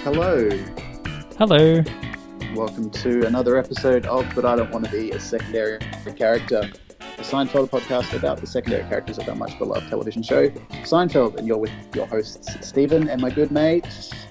Hello, Hello. welcome to another episode of But I Don't Want to Be a Secondary Character, the Seinfeld podcast about the secondary characters of our much beloved television show, Seinfeld. And you're with your hosts, Stephen and my good mate.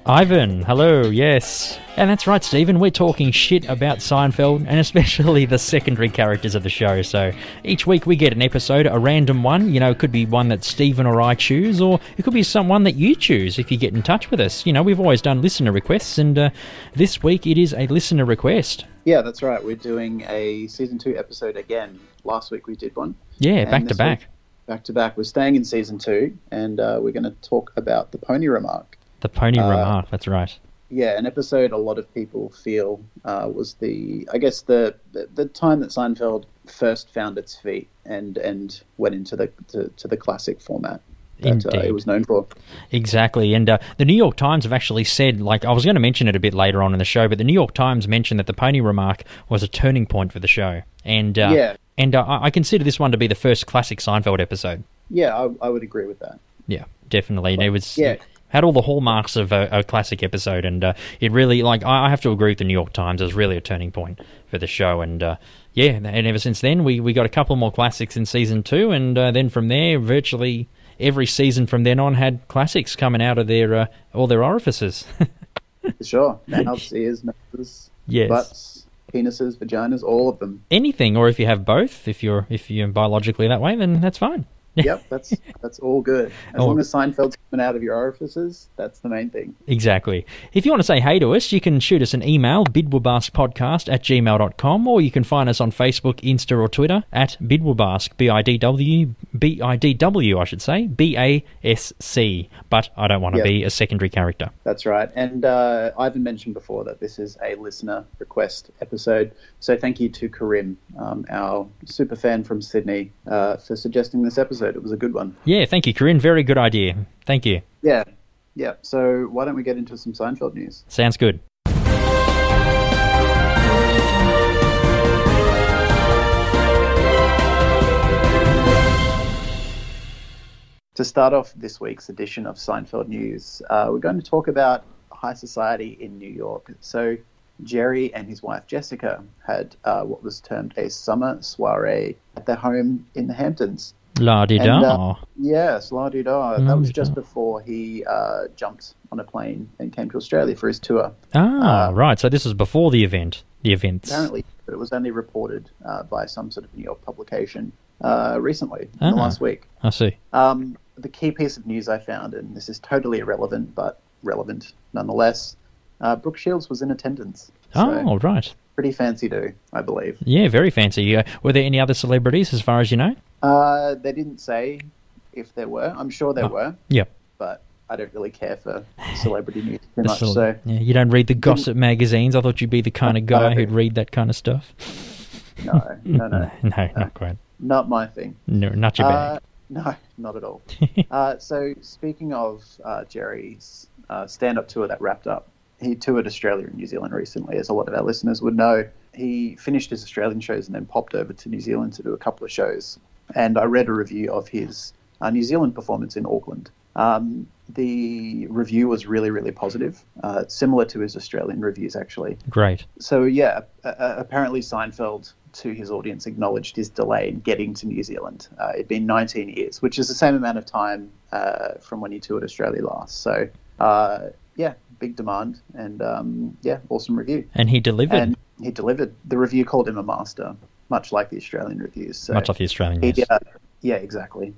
Ivan. Hello. Yes. And that's right, Stephen. We're talking shit about Seinfeld and especially the secondary characters of the show. So each week we get an episode, a random one. You know, it could be one that Stephen or I choose, or it could be someone that you choose if you get in touch with us. You know, we've always done listener requests, and uh, this week it is a listener request. Yeah, that's right. We're doing a season two episode again. Last week we did one. Yeah, And back to this back. week- Back to back. We're staying in season two, and uh, we're going to talk about the pony remark. The pony uh, remark. That's right. yeah, an episode a lot of people feel uh, was the, I guess the, the the time that Seinfeld first found its feet and and went into the to, to the classic format that uh, Indeed. it was known for. Exactly. And uh, the New York Times have actually said, like, I was going to mention it a bit later on in the show, but the New York Times mentioned that the pony remark was a turning point for the show. And, uh, Yeah. and uh, I I consider this one to be the first classic Seinfeld episode. Yeah, I, I would agree with that. Yeah, definitely. And it was Yeah. it had all the hallmarks of a, a classic episode, and uh, it really like I, I have to agree with the New York Times. It was really a turning point for the show, and uh, yeah, and ever since then we we got a couple more classics in season two, and uh, then from there, virtually every season from then on had classics coming out of their uh, all their orifices. For sure. Mouths, ears, noses, Yes. butts, penises, vaginas, all of them. Anything, or if you have both, if you're if you're biologically that way, then that's fine. Yep, that's that's all good. As Oh. long as Seinfeld's coming out of your orifices, that's the main thing. Exactly. If you want to say hey to us, you can shoot us an email, bidwabaskpodcast at gmail.com, or you can find us on Facebook, Insta, or Twitter at bidwabask, B-I-D-W, B-I-D-W, I should say, B-A-S-C. But I don't want to Yeah. be a secondary character. That's right. And uh, Ivan mentioned before that this is a listener request episode. So thank you to Karim, um, our super fan from Sydney, uh, for suggesting this episode. It was a good one. Yeah, thank you, Corinne. Very good idea. Thank you. Yeah. Yeah. So why don't we get into some Seinfeld news? Sounds good. To start off this week's edition of Seinfeld News, uh, we're going to talk about high society in New York. So, Jerry and his wife Jessica had uh, what was termed a summer soiree at their home in the Hamptons. La di da. And, uh, Yes, La Di Da. That was Mm, just before he uh, jumped on a plane and came to Australia for his tour. ah, uh, right. So this was before the event. The events. Apparently, but it was only reported uh, by some sort of New York publication uh, recently, in Ah. the last week. I see. Um, the key piece of news I found, and this is totally irrelevant, but relevant nonetheless, uh, Brooke Shields was in attendance. Oh, right. Pretty fancy do, I believe. Yeah, very fancy. Uh, were there any other celebrities as far as you know? Uh, they didn't say if there were. I'm sure there were, Yep. but I don't really care for celebrity news too The much. sort- So. yeah, you don't read the gossip magazines. I thought you'd be the kind of guy who'd read that kind of stuff. No, no, no, no, not quite. not my thing. No, not your Uh, bag. no, not at all. uh, so, speaking of uh, Jerry's uh, stand up tour that wrapped up, he toured Australia and New Zealand recently, as a lot of our listeners would know. He finished his Australian shows and then popped over to New Zealand to do a couple of shows. And I read a review of his uh, New Zealand performance in Auckland. Um, the review was really, really positive, uh, similar to his Australian reviews, actually Great. so yeah, uh, uh, apparently Seinfeld to his audience acknowledged his delay in getting to New Zealand. Uh, it'd been 19 years, which is the same amount of time uh, from when he toured Australia last. So uh, yeah, big demand and um, yeah, awesome review. And he delivered, And he delivered. The review called him a master, much like the Australian reviews. So much like the Australian uh, he, news. Yeah. uh, yeah, exactly.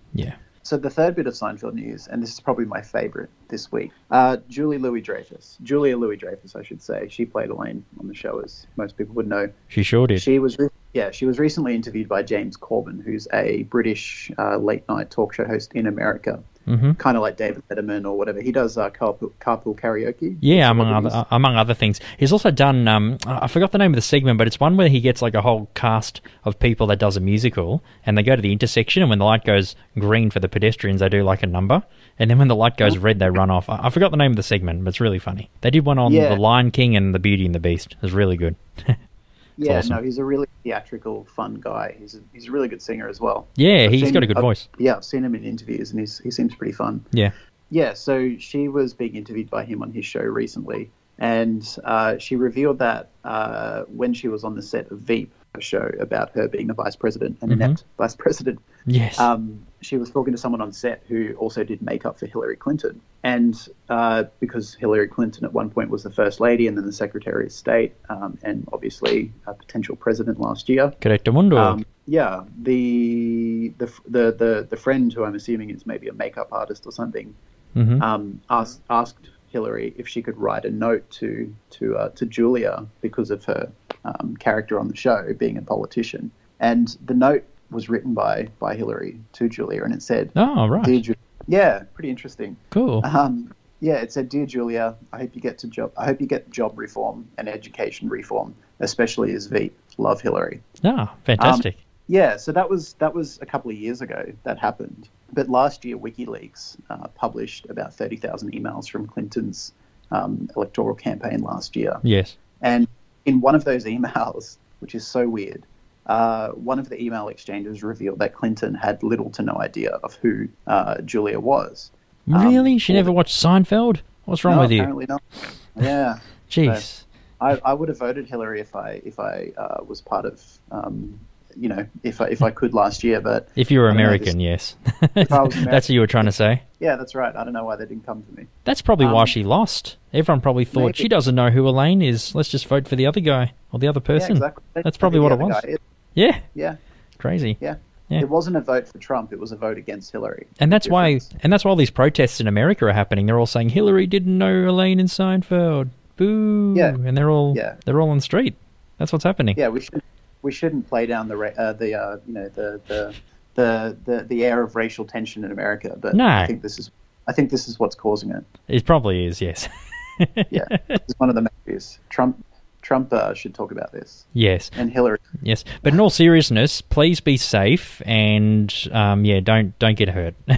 So the third bit of Seinfeld news, and this is probably my favorite this week, uh, Julie Louis Dreyfus, Julia Louis Dreyfus, I should say. She played Elaine on the show, as most people would know. She sure did. She was, re- yeah, she was recently interviewed by James Corbin, who's a British uh, late night talk show host in America, hmm kind of like David Letterman or whatever. He does uh, carpool, carpool karaoke. Yeah, among what it other, uh, among other things. He's also done, um, I I forgot the name of the segment, but it's one where he gets like a whole cast of people that does a musical and they go to the intersection and when the light goes green for the pedestrians, they do like a number. And then when the light goes red, they run off. I, I forgot the name of the segment, but it's really funny. They did one on Yeah. The Lion King and The Beauty and the Beast. It was really good. Yeah, awesome. no, he's a really theatrical, fun guy. He's a, he's a really good singer as well. Yeah, I've he's seen- got a good I've- voice. Yeah, I've seen him in interviews, and he's, he seems pretty fun. Yeah. Yeah, so she was being interviewed by him on his show recently, and uh, she revealed that uh, when she was on the set of Veep, a show about her being the vice president, an Mhm. inept vice president, Yes. um, she was talking to someone on set who also did makeup for Hillary Clinton. And uh, because Hillary Clinton at one point was the first lady and then the Secretary of State, um, and obviously a potential president last year. Correcto mundo. Um, yeah, the, the the the the friend who I'm assuming is maybe a makeup artist or something Mhm. um, asked asked Hillary if she could write a note to to uh, to Julia because of her um, character on the show being a politician. And the note was written by by Hillary to Julia, and it said, oh, right. "Dear Ju- yeah, pretty interesting. cool. Um, yeah, it said, "Dear Julia, I hope you get to job. I hope you get job reform and education reform, especially as Veep. Love Hillary." Ah, fantastic. Yeah, so that was that was a couple of years ago that happened. But last year, WikiLeaks uh, published about thirty thousand emails from Clinton's um, electoral campaign last year, yes. and in one of those emails, which is so weird, uh, one of the email exchanges revealed that Clinton had little to no idea of who uh, Julia was. um, really? She all never watched Seinfeld? What's wrong no, with you? apparently not. Yeah. Jeez. I, I would have voted Hillary if I if I uh, was part of um, you know if I, if I could last year, but If you were I don't know, American, yes. I was American- That's what you were trying to say. yeah, that's right. I don't know why they didn't come to me. That's probably why Um, she lost. Everyone probably thought maybe. she doesn't know who Elaine is. Let's just vote for the other guy or the other person. Yeah, exactly. That's probably what it Yeah, was. guy. It- Yeah, yeah, crazy. yeah, Yeah. It wasn't a vote for Trump. It was a vote against Hillary. And that's why Difference. and that's why all these protests in America are happening. They're all saying Hillary didn't know Elaine in Seinfeld. Boo. Yeah. And they're all Yeah. they're all on the street. That's what's happening. Yeah, we should we shouldn't play down the ra- uh, the uh, you know the the. The, the the air of racial tension in America, but No. I think this is I think this is what's causing it. It probably is, yes. Yeah, it's one of the main issues. Trump Trump uh, should talk about this, yes. and Hillary. Yes. But in all seriousness, please be safe and um, yeah, don't don't get hurt.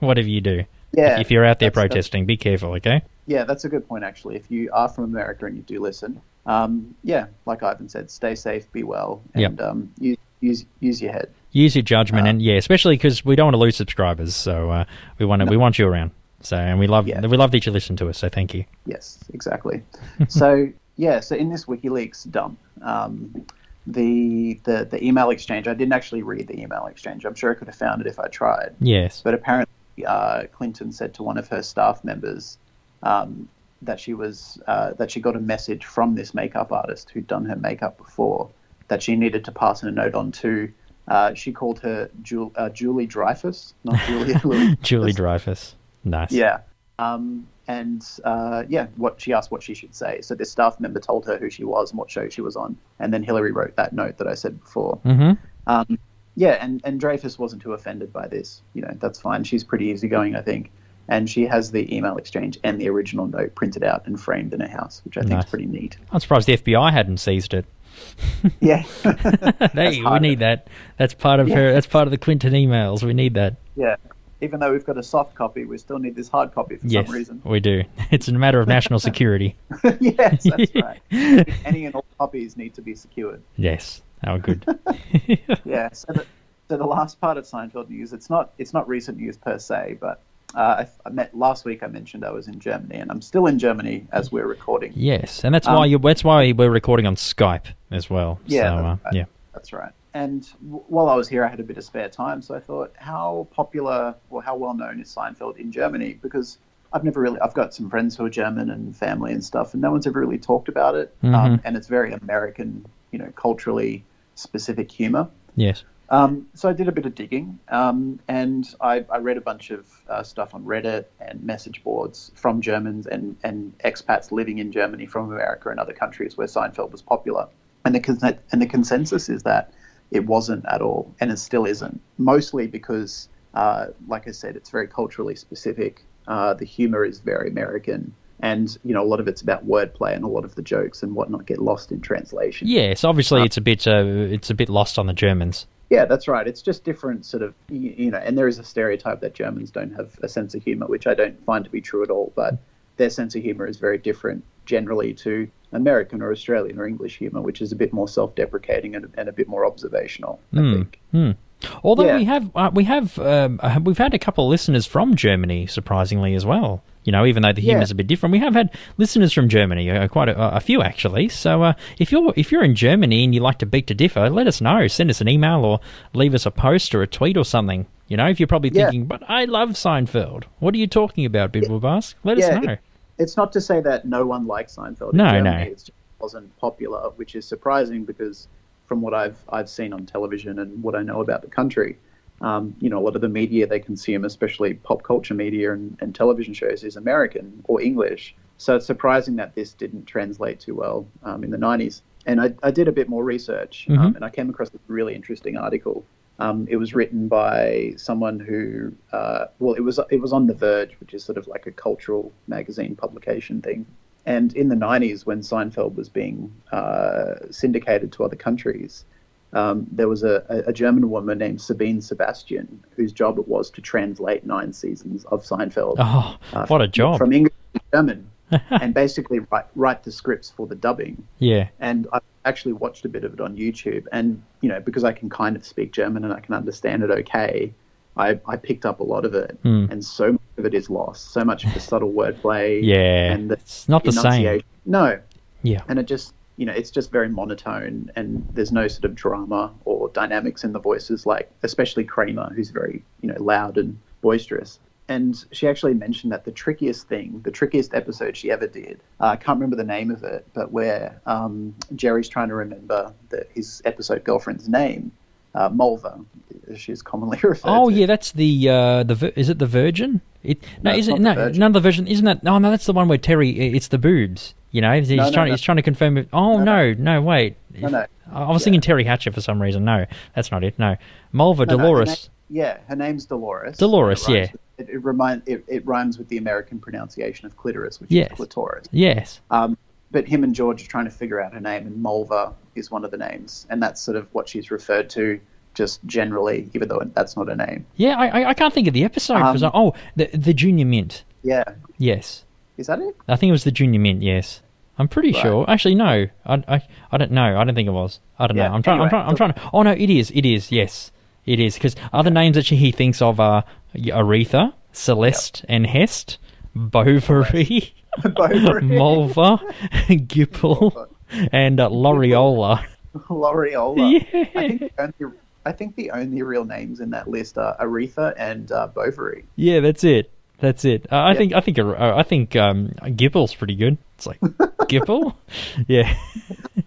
Whatever you do. Yeah, if, if you're out there that's- that's- protesting, be careful, okay? Yeah, that's a good point, actually. If you are from America and you do listen, um, yeah, like Ivan said, stay safe, be well, and um, use, use use your head. Use your judgment, Uh, and yeah, especially because we don't want to lose subscribers, so uh, we want to, we want you around. So, and we love Yeah. we love that you listen to us. So, thank you. Yes, exactly. so yeah, so in this WikiLeaks dump, um, the, the the email exchange. I didn't actually read the email exchange. I'm sure I could have found it if I tried. Yes. But apparently, uh, Clinton said to one of her staff members um, that she was uh, that she got a message from this makeup artist who'd done her makeup before that she needed to pass a note on to. Uh, she called her Jul- uh, Julie Dreyfus, not Julia Louis. Julie Dreyfus, nice. Yeah. Um, and uh, yeah, what she asked what she should say. So this staff member told her who she was and what show she was on, and then Hillary wrote that note that I said before. hmm Um, yeah, and, and Dreyfus wasn't too offended by this. You know, that's fine. She's pretty easygoing, I think. And she has the email exchange and the original note printed out and framed in her house, which I think Nice. is pretty neat. I'm surprised the FBI hadn't seized it. Yeah. Hey, we hard. need that. That's part of her. That's part of the Clinton emails. We need that. yeah. Even though we've got a soft copy, we still need this hard copy for yes, some reason. we do. It's a matter of national security. yes, that's right. Any and all copies need to be secured. Yes. Oh, good. Yeah. So the, so the last part of Seinfeld news, it's not it's not recent news per se, but uh, I, I met last week. I mentioned I was in Germany, and I'm still in Germany as we're recording. Yes, and that's Um, why you. That's why we're recording on Skype as well. Yeah, so, uh, that's right. yeah. That's right. And w- while I was here, I had a bit of spare time, so I thought, how popular or how well known is Seinfeld in Germany? Because I've never really, I've got some friends who are German and family and stuff, and no one's ever really talked about it. Mhm. Um, and it's very American, you know, culturally specific humor. Yes. Um, so I did a bit of digging, um, and I, I read a bunch of uh, stuff on Reddit and message boards from Germans and, and expats living in Germany from America and other countries where Seinfeld was popular. And the consen- and the consensus is that it wasn't at all, and it still isn't. Mostly because, uh, like I said, it's very culturally specific. Uh, the humor is very American, and you know a lot of it's about wordplay, and a lot of the jokes and whatnot get lost in translation. Yes. Obviously, it's a bit. Uh, it's a bit lost on the Germans. Yeah, that's right. It's just different, sort of, you, you know, and there is a stereotype that Germans don't have a sense of humor, which I don't find to be true at all, but their sense of humor is very different generally to American or Australian or English humour, which is a bit more self-deprecating and, and a bit more observational. I think. Although Yeah. we have uh, we have um, uh, we've had a couple of listeners from Germany, surprisingly as well. You know, even though the humor Yeah. is a bit different, we have had listeners from Germany, uh, quite a, a few actually. So uh, if you're if you're in Germany and you like to beg to differ, let us know. Send us an email or leave us a post or a tweet or something. You know, if you're probably Yeah. thinking, but I love Seinfeld. What are you talking about, Bidwell Bask? Let Yeah, us know. it- it's not to say that no one likes Seinfeld. No, in no. Germany, It wasn't popular, which is surprising because from what I've I've seen on television and what I know about the country, um, you know, a lot of the media they consume, especially pop culture media and, and television shows, is American or English. So it's surprising that this didn't translate too well um, in the 90s. And I, I did a bit more research, um, and I came across a really interesting article. Um, it was written by someone who, uh, well, it was it was on The Verge, which is sort of like a cultural magazine publication thing. And in the 90s, when Seinfeld was being uh, syndicated to other countries, um, there was a, a- a German woman named Sabine Sebastian whose job it was to translate nine seasons of Seinfeld Oh, uh, what a job! from English to German and basically write, write the scripts for the dubbing. yeah, And I actually watched a bit of it on YouTube. And, you know, because I can kind of speak German and I can understand it okay, I, I picked up a lot of it. Hmm. And so much of it is lost. So much of the subtle wordplay. Yeah, And the it's not the same. enunciation. No. yeah. And it just, you know, it's just very monotone and there's no sort of drama or dynamics in the voices, like, especially Kramer, who's very, you know, loud and boisterous. And she actually mentioned that the trickiest thing, the trickiest episode she ever did, uh, I can't remember the name of it, but where um, Jerry's trying to remember the, his episode girlfriend's name, uh, Mulva, as she's commonly referred Oh to. yeah, that's the uh, the vir- is it the Virgin? It No, no, it's not isn't no, the Virgin. none of the Virgin isn't that? Oh no, that's the one where Terry. i- It's the boobs. You know, he's, no, trying. no. He's trying to confirm. If, oh no, no, wait. No, no. I I was Yeah. thinking Terry Hatcher for some reason. No, that's not it. No, Mulva No, no, her Dolores. name- yeah, her name's Dolores. Dolores, It rhymes yeah. with- It, it, remind, it, it rhymes with the American pronunciation of clitoris, which Yes. is clitoris. Yes. Um, but him and George are trying to figure out her name, and Mulva is one of the names, and that's sort of what she's referred to just generally, even though that's not her name. Yeah, I I- I can't think of the episode. for Um, some- oh, the the Junior Mint. Yeah, Yes, is that it? I think it was the Junior Mint. Yes. I'm pretty Right. sure. Actually, no. I, I, I don't know. I don't think it was. I don't Yeah, know. I'm trying. I'm anyway. trying. I'm trying. to- Oh no, it is. It is. Yes, it is. Because other names that she, he thinks of are Aretha, Celeste, and Hest, Bovary, Bovary. Mulva, Gipple, and uh, Loriola. L'Oreola. I, Yeah. think the only, I think the only real names in that list are Aretha and uh, Bovary. Yeah, that's it. That's it. Uh, I Yeah. think. I think. Ar- uh, I think. Um, Gipple's pretty good. It's like Gipple. Yeah.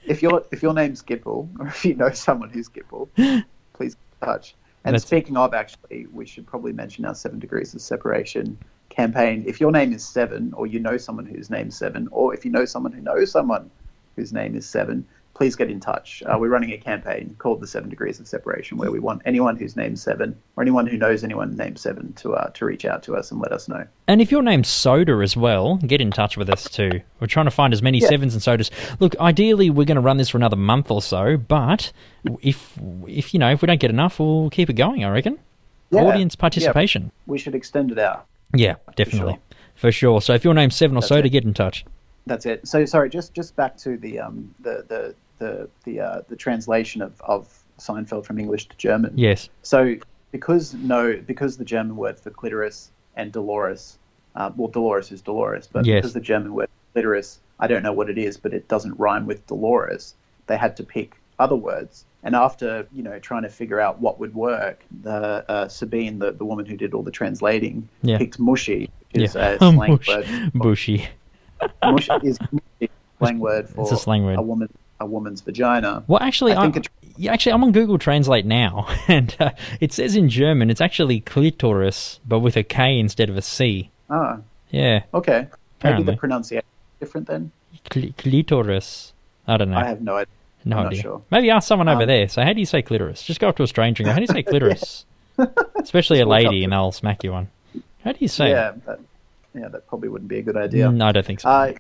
if your if your name's Gipple, or if you know someone who's Gipple, please get in touch. And That's- speaking of, actually, we should probably mention our Seven Degrees of Separation campaign. If your name is Seven, or you know someone whose name's Seven, or if you know someone who knows someone whose name is Seven, please get in touch. Uh, we're running a campaign called the Seven Degrees of Separation, where we want anyone whose name's Seven, or anyone who knows anyone named Seven, to uh, to reach out to us and let us know. And if your name's Soda as well, get in touch with us too. We're trying to find as many sevens and sodas. Look, ideally, we're going to run this for another month or so, but if if you know if we don't get enough, we'll keep it going. I reckon. Yeah. Audience Yeah. participation. We should extend it out. Yeah, definitely, for sure. So if your name's Seven or Soda, it. get in touch. That's it. So sorry, just just back to the um the the the the uh, the translation of of Seinfeld from English to German. Yes. So because no because the German word for clitoris and Dolores, uh, well Dolores is Dolores, but Yes. because the German word for clitoris, I don't know what it is, but it doesn't rhyme with Dolores. They had to pick other words. And after you know trying to figure out what would work, the uh, Sabine, the, the woman who did all the translating, Yeah. picked mushy, which is Yeah. a slang Bush- word bushy. mush is a slang word for a slang word. woman a woman's vagina. Well, actually, I I think am it- yeah, actually, I'm on Google Translate now, and uh, it says in German it's actually clitoris, but with a K instead of a C. Ah, Yeah, okay. Maybe Apparently. the pronunciation is different then. Cl- clitoris. I don't know. I have no idea. No I'm not idea. sure. Maybe ask someone over Um, there. So, how do you say clitoris? Just go up to a stranger and go, how do you say clitoris? Especially a walk up lady, to and they'll smack you one. How do you say Yeah, it? that, yeah, that probably wouldn't be a good idea. Mm, I don't think so. Uh,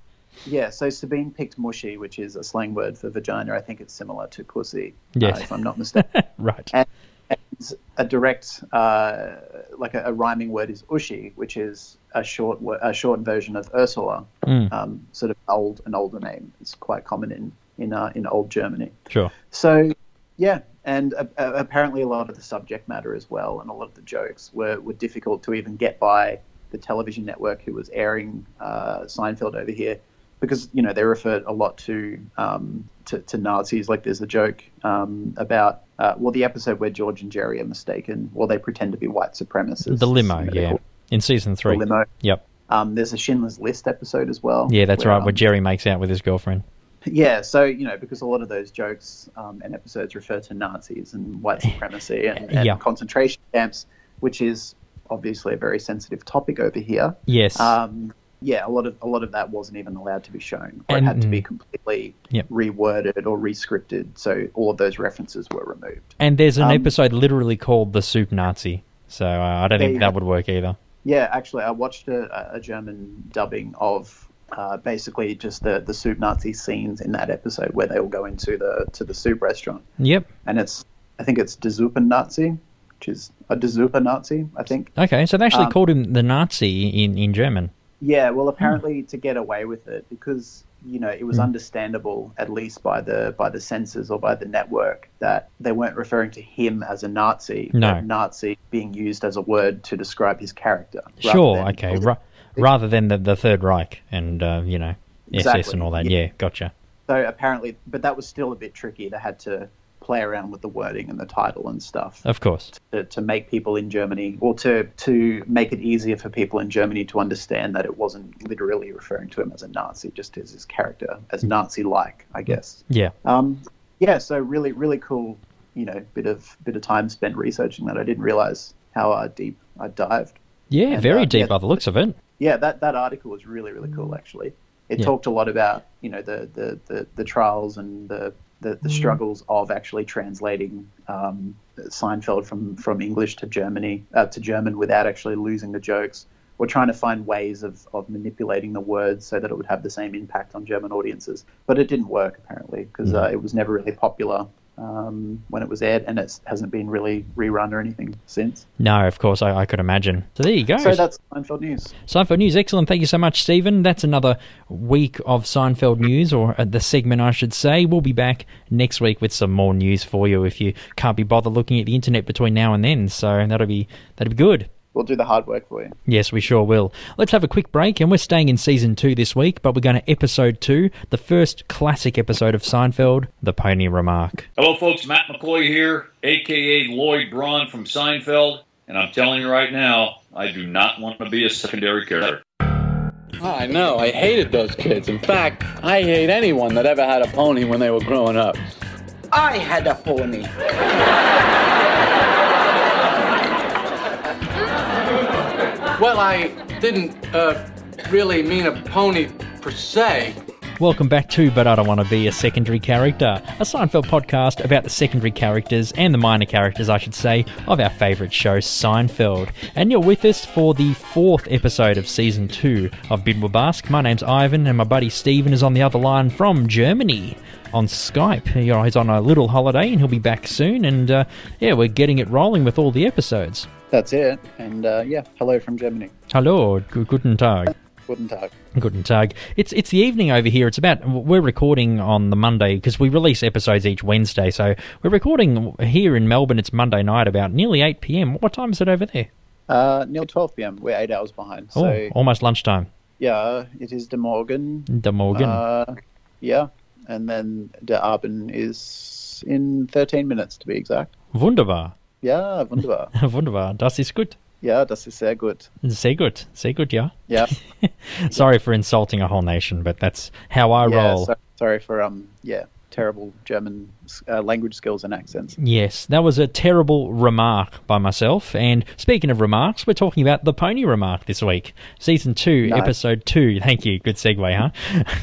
yeah, so Sabine picked mushy, which is a slang word for vagina. I think it's similar to pussy, uh, Yes. if I'm not mistaken. right. and And a direct, uh, like a, a rhyming word is Ushi, which is a short, wo- a short version of Ursula, Mm. um, sort of old, an older name. It's quite common in in uh, in old Germany. Sure. So, yeah, and uh, uh, apparently a lot of the subject matter as well, and a lot of the jokes were, were difficult to even get by the television network who was airing uh, Seinfeld over here, because you know they referred a lot to um, to, to Nazis. Like there's a joke um, about uh, well the episode where George and Jerry are mistaken, well they pretend to be white supremacists. The limo, You know, they yeah. call In season it three. the limo. Yep. Um, there's a Schindler's List episode as well. Yeah, that's where, right. Where um, Jerry makes out with his girlfriend. yeah, so you know, because a lot of those jokes um, and episodes refer to Nazis and white supremacy and, and Yeah. concentration camps, which is obviously a very sensitive topic over here. Yes. Um, yeah, a lot of a lot of that wasn't even allowed to be shown, or it had to be completely Yep. reworded or rescripted. So all of those references were removed. and there's an um, episode literally called The Soup Nazi. So uh, I don't There think you that have- would work either. Yeah, actually, I watched a, a German dubbing of uh, basically just the the soup Nazi scenes in that episode where they all go into the to the soup restaurant. Yep. and it's I think it's Der Super Nazi, which is a Der Super Nazi, I think. Okay. So they actually Um, called him the Nazi in, in German. Yeah, well, apparently to get away with it because you know it Hmm. was understandable at least by the by the censors or by the network that they weren't referring to him as a Nazi, No. but Nazi being used as a word to describe his character. rather Sure. than- Okay. Ra- rather than the, the Third Reich and, uh, you know, SS Exactly, and all that. yeah. Yeah. Gotcha. So apparently, but that was still a bit tricky. They had to play around with the wording and the title and stuff. Of course. to, to make people in Germany or to, to make it easier for people in Germany to understand that it wasn't literally referring to him as a Nazi, just as his character, as Nazi like, I guess. Yeah. Um, yeah, so really, really cool, you know, bit of bit of time spent researching that. I didn't realize how uh, deep I dived. Yeah. And, very uh, deep yeah. by the looks of it. Yeah, that, that article was really, really cool actually. It Yeah. talked a lot about, you know, the the, the, the trials and the the, the struggles of actually translating um, Seinfeld from, from English to Germany uh, to German without actually losing the jokes, or trying to find ways of, of manipulating the words so that it would have the same impact on German audiences. But it didn't work apparently because uh, it was never really popular um, when it was aired, and it hasn't been really rerun or anything since. No, of course, I, I could imagine. So there you go. So that's Seinfeld news. Seinfeld News, excellent. Thank you so much, Stephen. That's another week of Seinfeld News, or uh, the segment, I should say. We'll be back next week with some more news for you if you can't be bothered looking at the internet between now and then. So that'll be that'll be good. We'll do the hard work for you. Yes, we sure will. Let's have a quick break, and we're staying in season two this week, but we're going to episode two, the first classic episode of Seinfeld, The Pony Remark. Hello, folks. Matt McCoy here, aka Lloyd Braun from Seinfeld, and I'm telling you right now, I do not want to be a secondary character. I know. I hated those kids. In fact, I hate anyone that ever had a pony when they were growing up. I had a pony. Well, I didn't uh, really mean a pony per se. Welcome back to But I Don't Want to Be a Secondary Character, a Seinfeld podcast about the secondary characters and the minor characters, I should say, of our favourite show, Seinfeld. And you're with us for the fourth episode of season two of Bidwell Bask. My name's Ivan, and my buddy Steven is on the other line from Germany on Skype. You know, He's on a little holiday and he'll be back soon, and uh, yeah, we're getting it rolling with all the episodes. That's it. And uh, yeah, hello from Germany. Hallo, gu- guten Tag. Guten Tag. Guten Tag. It's it's the evening over here. It's about we're recording on the Monday because we release episodes each Wednesday. So we're recording here in Melbourne. It's Monday night, about nearly eight p.m. What time is it over there? Uh, near 12 p.m. We're eight hours behind. So oh, almost lunchtime. yeah, it is de Morgen. The Morgan. Uh, yeah, and then de Abend is in 13 minutes to be exact. wunderbar, Yeah, wunderbar. wunderbar. Das ist gut. yeah, das ist sehr gut. Sehr gut. Sehr gut. Yeah. Yeah. Sorry for insulting a whole nation, but that's how I yeah. roll. so- sorry for um. Yeah, terrible German uh, language skills and accents. Yes, that was a terrible remark by myself. And speaking of remarks, we're talking about the pony remark this week, season two, Nice. episode two. Thank you, good segue,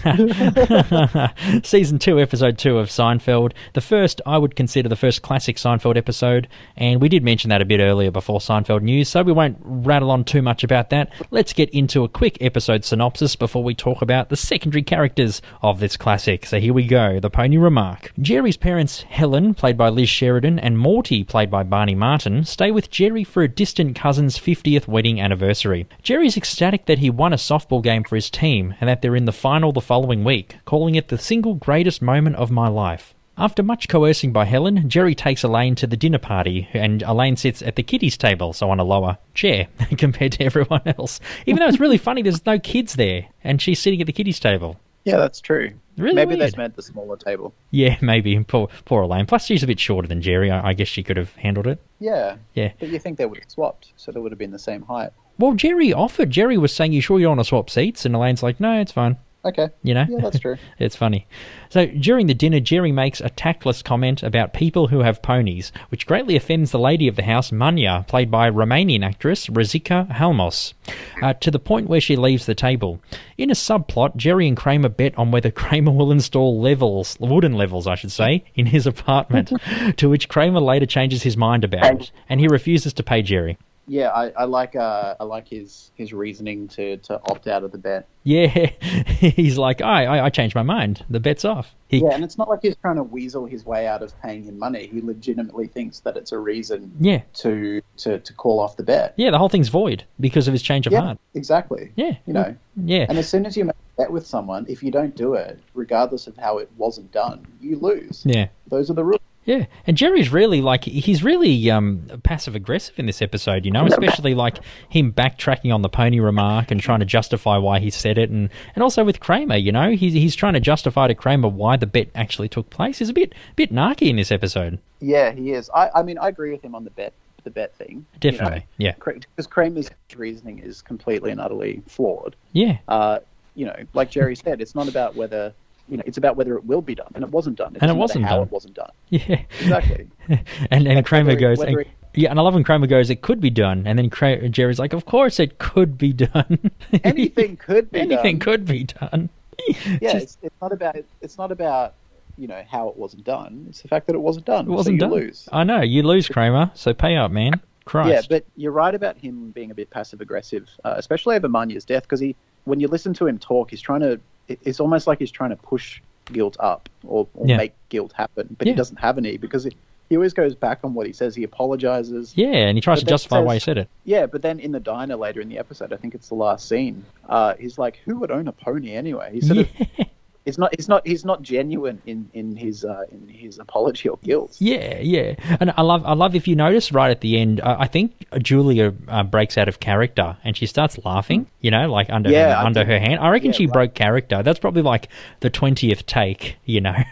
huh? season two, episode two of Seinfeld, the first I would consider the first classic Seinfeld episode, and we did mention that a bit earlier before Seinfeld news, so we won't rattle on too much about that. Let's get into a quick episode synopsis before we talk about the secondary characters of this classic. So here we go, the pony any remark. Jerry's parents, Helen, played by Liz Sheridan, and Morty, played by Barney Martin, stay with Jerry for a distant cousin's 50th wedding anniversary. Jerry's ecstatic that he won a softball game for his team and that they're in the final the following week, calling it the single greatest moment of my life. After much coercing by Helen, Jerry takes Elaine to the dinner party, and Elaine sits at the kiddies' table, so on a lower chair compared to everyone else. Even though it's really funny, there's no kids there, and she's sitting at the kiddies' table. Yeah, that's true. Really Maybe weird. that's meant the smaller table. Yeah, maybe. Poor, poor Elaine. Plus, she's a bit shorter than Jerry. I, I guess she could have handled it. Yeah. Yeah. But you think they would have swapped, so they would have been the same height. Well, Jerry offered. Jerry was saying, You sure you don't want to swap seats? And Elaine's like, No, it's fine. Okay. You know? Yeah, that's true. It's funny. So during the dinner, Jerry makes a tactless comment about people who have ponies, which greatly offends the lady of the house, Manya, played by Romanian actress Razica Halmos, uh, to the point where she leaves the table. In a subplot, Jerry and Kramer bet on whether Kramer will install levels, wooden levels, I should say, in his apartment, to which Kramer later changes his mind about it, and he refuses to pay Jerry. Yeah, I, I like uh, I like his, his reasoning to, to opt out of the bet. Yeah, he's like, I, I, I changed my mind. The bet's off. He Yeah, and it's not like he's trying to weasel his way out of paying him money. He legitimately thinks that it's a reason yeah. to to, to call off the bet. Yeah, the whole thing's void because of his change of Yeah, heart. exactly. Yeah. You know, Yeah. and as soon as you make a bet with someone, if you don't do it, regardless of how it wasn't done, you lose. Yeah. Those are the rules. Yeah. And Jerry's really like he's really um passive aggressive in this episode, you know, especially like him backtracking on the pony remark and trying to justify why he said it and and also with Kramer, you know, he's he's trying to justify to Kramer why the bet actually took place. He's a bit bit narky in this episode. Yeah, he is. I, I mean, I agree with him on the bet the bet thing. you know. Definitely. Yeah. because Kramer's reasoning is completely and utterly flawed. Yeah. Uh, you know, like Jerry said, it's not about whether you know, it's about whether it will be done, and it wasn't done. It And it doesn't matter wasn't how done. it wasn't done. Yeah. Exactly. and and Kramer whether- goes, whether and- it- yeah, and I love when Kramer goes, it could be done, and then Cra- Jerry's like, of course it could be done. Anything could be Anything done. could be done. yeah, Just- it's, it's not about it's not about you know how it wasn't done. It's the fact that it wasn't done. It wasn't so you done. lose. I know you lose, Kramer. So pay up, man. Christ. Yeah, but you're right about him being a bit passive aggressive, uh, especially over Manya's death, because he, when you listen to him talk, he's trying to. it- It's almost like he's trying to push guilt up or, or Yeah. make guilt happen, but Yeah. he doesn't have any because he, he always goes back on what he says. He apologizes. yeah, and he tries But to that justify why he says- said it. Yeah, but then in the diner later in the episode, I think it's the last scene. Uh, he's like, "Who would own a pony anyway?" He sort of. It's not. It's not. He's not genuine in in his uh, in his apology or guilt. Yeah, yeah. And I love, I love if you notice right at the end, I, I think Julia uh, breaks out of character and she starts Mm. laughing. You know, like under Yeah, her, I under think- her hand. I reckon yeah, she right. broke character. That's probably like the twentieth take. You know.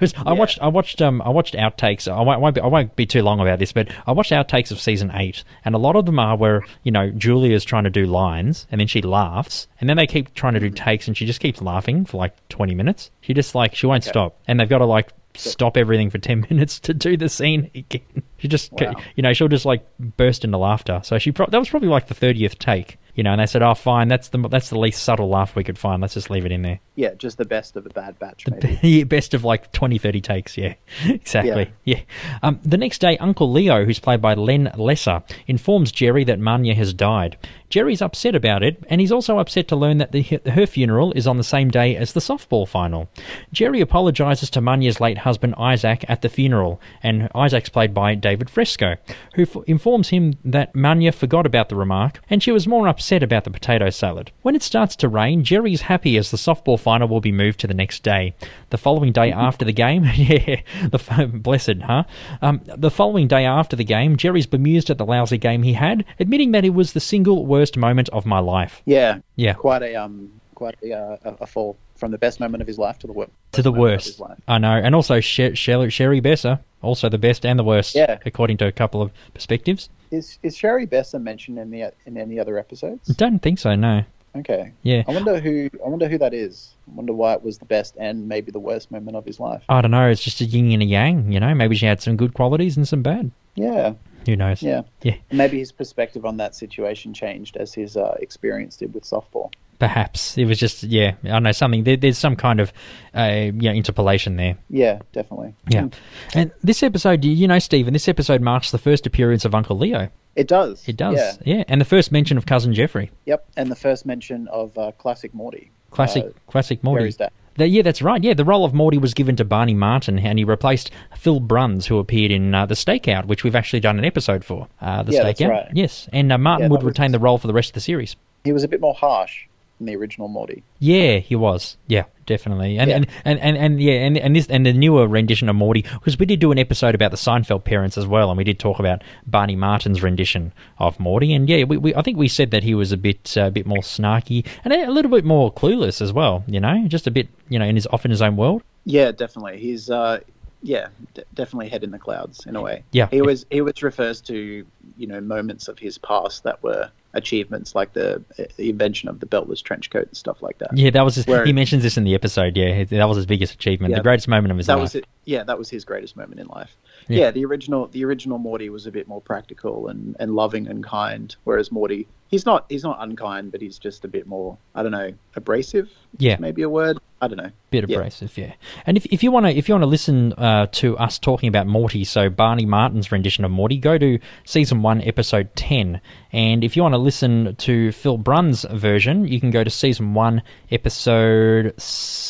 'Cause I Yeah. watched, I watched, um, I watched outtakes. I won't, won't be, I won't be too long about this, but I watched outtakes of season eight, and a lot of them are where you know Julia's trying to do lines, and then she laughs, and then they keep trying to do Mm-hmm. takes, and she just keeps laughing for like twenty minutes. She just like she won't stop, and they've got to like stop everything for ten minutes to do the scene again. She just, Wow. you know, she'll just like burst into laughter. So she, pro- that was probably like the thirtieth take, you know. And they said, "Oh, fine, that's the that's the least subtle laugh we could find. Let's just leave it in there." Yeah, just the best of a bad batch. Maybe. yeah, best of like 20, 30 takes. Yeah, exactly. Yeah. Um, the next day, Uncle Leo, who's played by Len Lesser, informs Jerry that Manya has died. Jerry's upset about it, and he's also upset to learn that the, her funeral is on the same day as the softball final. Jerry apologizes to Manya's late husband, Isaac, at the funeral, and Isaac's played by David Fresco, who f- informs him that Manya forgot about the remark, and she was more upset about the potato salad. When it starts to rain, Jerry's happy as the softball final will be moved to the next day. The following day after the game, yeah, the f- blessed, huh? Um, the following day after the game, Jerry's bemused at the lousy game he had, admitting that it was the single worst moment of my life. Yeah, Yeah, quite a um quite a, uh, a- a fall from the best moment of his life to the worst. to the moment of his worst. life. I know, and also Sher- Sher- Sherry Besser, also the best and the worst, Yeah. according to a couple of perspectives. Is is Sherry Besser mentioned in the in any other episodes? Don't think so, no. Okay. Yeah. I wonder who I wonder who that is. I wonder why it was the best and maybe the worst moment of his life. I don't know. It's just a yin and a yang, you know. Maybe she had some good qualities and some bad. Yeah. Who knows? Yeah. Yeah. Maybe his perspective on that situation changed as his uh, experience did with softball. Perhaps it was just yeah. I don't know something. There, there's some kind of uh, you know, interpolation there. Yeah, definitely. Yeah. And this episode, you- you know, Stephen, this episode marks the first appearance of Uncle Leo. It does. It does. Yeah. yeah. And the first mention of cousin Jeffrey. Yep. And the first mention of uh, classic Morty. Classic, Uh, classic Morty. Jerry's dad. The, yeah, that's right. Yeah, the role of Morty was given to Barney Martin, and he replaced Phil Bruns, who appeared in uh, The Stakeout, which we've actually done an episode for. Uh, the Yeah, Stakeout. that's right. Yes, and uh, Martin Yeah, would that was- retain the role for the rest of the series. He was a bit more harsh than the original Morty. Yeah, he was. Yeah, definitely. And Yeah. And, and, and and yeah, and and this and the newer rendition of Morty because we did do an episode about the Seinfeld parents as well, and we did talk about Barney Martin's rendition of Morty. And yeah, we, we I think we said that he was a bit uh, a bit more snarky and a, a little bit more clueless as well. You know, just a bit you know, in his off in his own world. Yeah, definitely. He's uh, yeah, d- definitely head in the clouds in a way. Yeah. he was. He was refers to you know moments of his past that were achievements like the, uh, the invention of the beltless trench coat and stuff like that. Yeah, that was his, Where- he mentions this in the episode. Yeah, that was his biggest achievement, Yeah. the greatest moment of his that life. was it. Yeah, that was his greatest moment in life. Yeah. Yeah. the original the original Morty was a bit more practical and, and loving and kind, whereas Morty he's not he's not unkind, but he's just a bit more I don't know abrasive. Yeah. maybe a word. I don't know. bit Yeah. abrasive, yeah. And if, if you want to if you want to listen uh, to us talking about Morty, so Barney Martin's rendition of Morty, go to season one, episode ten. And if you want to listen to Phil Brunn's version, you can go to season one, episode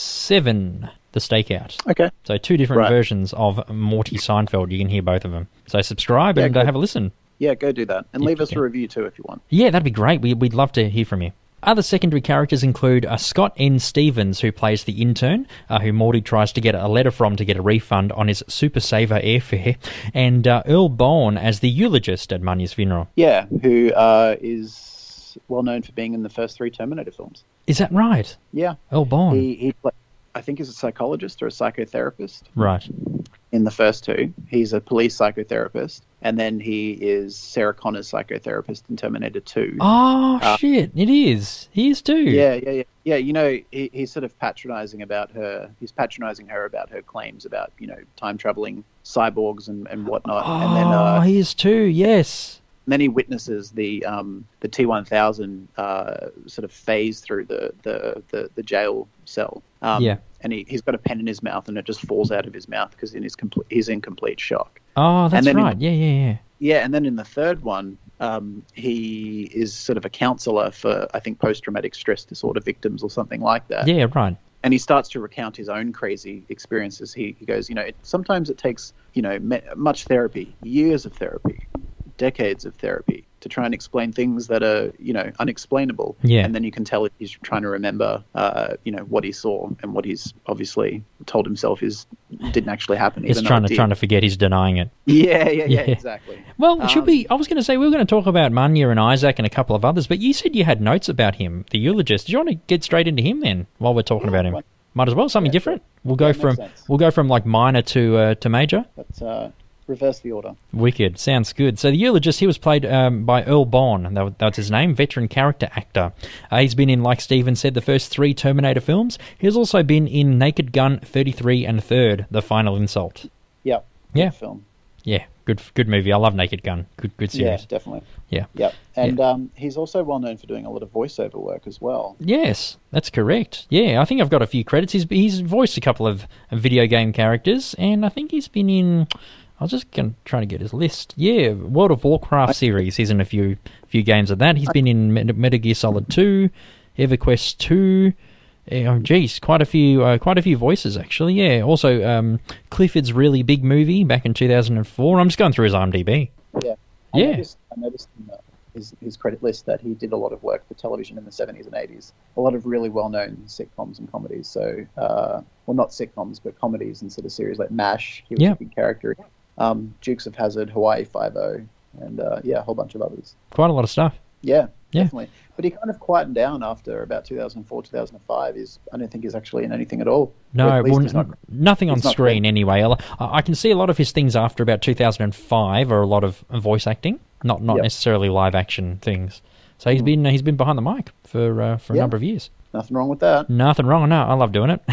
seven, The Stakeout. Okay, So two different Right. versions of Morty Seinfeld. You can hear both of them. So subscribe Yeah, and uh, good. have a listen. yeah, go do that and Yeah, leave us okay. a review too if you want. Yeah, that'd be great. We, we'd love to hear from you. Other secondary characters include uh, Scott N. Stevens, who plays the intern, uh, who Morty tries to get a letter from to get a refund on his Super Saver airfare, and uh, Earl Bourne as the eulogist at Munya's funeral. Yeah, who uh, is well known for being in the first three Terminator films. Is that right? Yeah, Earl Bourne. he he pla I think he's a psychologist or a psychotherapist Right. in the first two. He's a police psychotherapist, and then he is Sarah Connor's psychotherapist in Terminator Two. Oh, shit. It is. He is too. Uh, Yeah, yeah, yeah, yeah. You know, he, he's sort of patronizing about her. He's patronizing her about her claims about you know time traveling cyborgs and, and whatnot. Oh, and then uh, he is too. Yes. and then he witnesses the um, the T one thousand uh, sort of phase through the the, the, the jail cell. Um, Yeah. And he has got a pen in his mouth, and it just falls out of his mouth because in his complete he's in complete shock. Oh, that's then in- right. Yeah, yeah, yeah. Yeah, and then in the third one, um, he is sort of a counselor for I think post traumatic stress disorder victims or something like that Yeah, right. and he starts to recount his own crazy experiences. He, he goes, you know, it, sometimes it takes, you know, me- much therapy, years of therapy, decades of therapy to try and explain things that are, you know, unexplainable. Yeah. And then you can tell he's trying to remember, uh, you know, what he saw and what he's obviously told himself is didn't actually happen. He's even though trying it to, did. trying to forget he's denying it. Yeah, yeah, yeah, Yeah. exactly. Well, should Um, we? I was going to say we were going to talk about Manya and Isaac and a couple of others, but you said you had notes about him, the eulogist. Do you want to get straight into him then, while we're talking about him? why- Might as well something different. We'll go makes from sense. we'll go from like minor to uh, to major. But uh, reverse the order. Wicked. Sounds good. So the eulogist, he was played um, by Earl Bourne. That, that's his name. Veteran character actor. Uh, he's been in, like Steven said, the first three Terminator films. He's also been in Naked Gun 33 and Third, The Final Insult. Yeah. Yeah. Good film. Yeah, good good movie. I love Naked Gun. Good good Yeah, series. definitely. yeah. Yep. And Um, he's also well known for doing a lot of voiceover work as well. Yes, that's correct. Yeah, I think I've got a few credits. He's he's voiced a couple of video game characters, and I think he's been in. I was just going to try to get his list. Yeah, World of Warcraft series. He's in a few few games of that. He's been in Met- Metal Gear Solid Two, EverQuest Two. Eh, Oh, geez, quite a few, uh, quite a few voices actually. Yeah. Also, um, Clifford's really big movie back in two thousand and four. I'm just going through his IMDb. Yeah. Yeah. I noticed, I noticed in the, his, his credit list that he did a lot of work for television in the 70s and 80s, a lot of really well known sitcoms and comedies. So, uh, well, not sitcoms, but comedies and sort of series like MASH. He was Yeah. a big character. Um, Dukes of Hazard, Hawaii Five O, and uh, yeah, a whole bunch of others. Quite a lot of stuff. Yeah, Yeah. definitely. But he kind of quietened down after about 2004, 2005. Is I don't think he's actually in anything at all. Or No, at least well, he's not n- nothing on he's not screen great. anyway. I, I can see a lot of his things after about 2005 are a lot of voice acting, not not Yep. necessarily live action things. So he's been he's been behind the mic for uh, for a Hmm. Yeah. number of years. nothing wrong with that. Nothing wrong. No, I love doing it.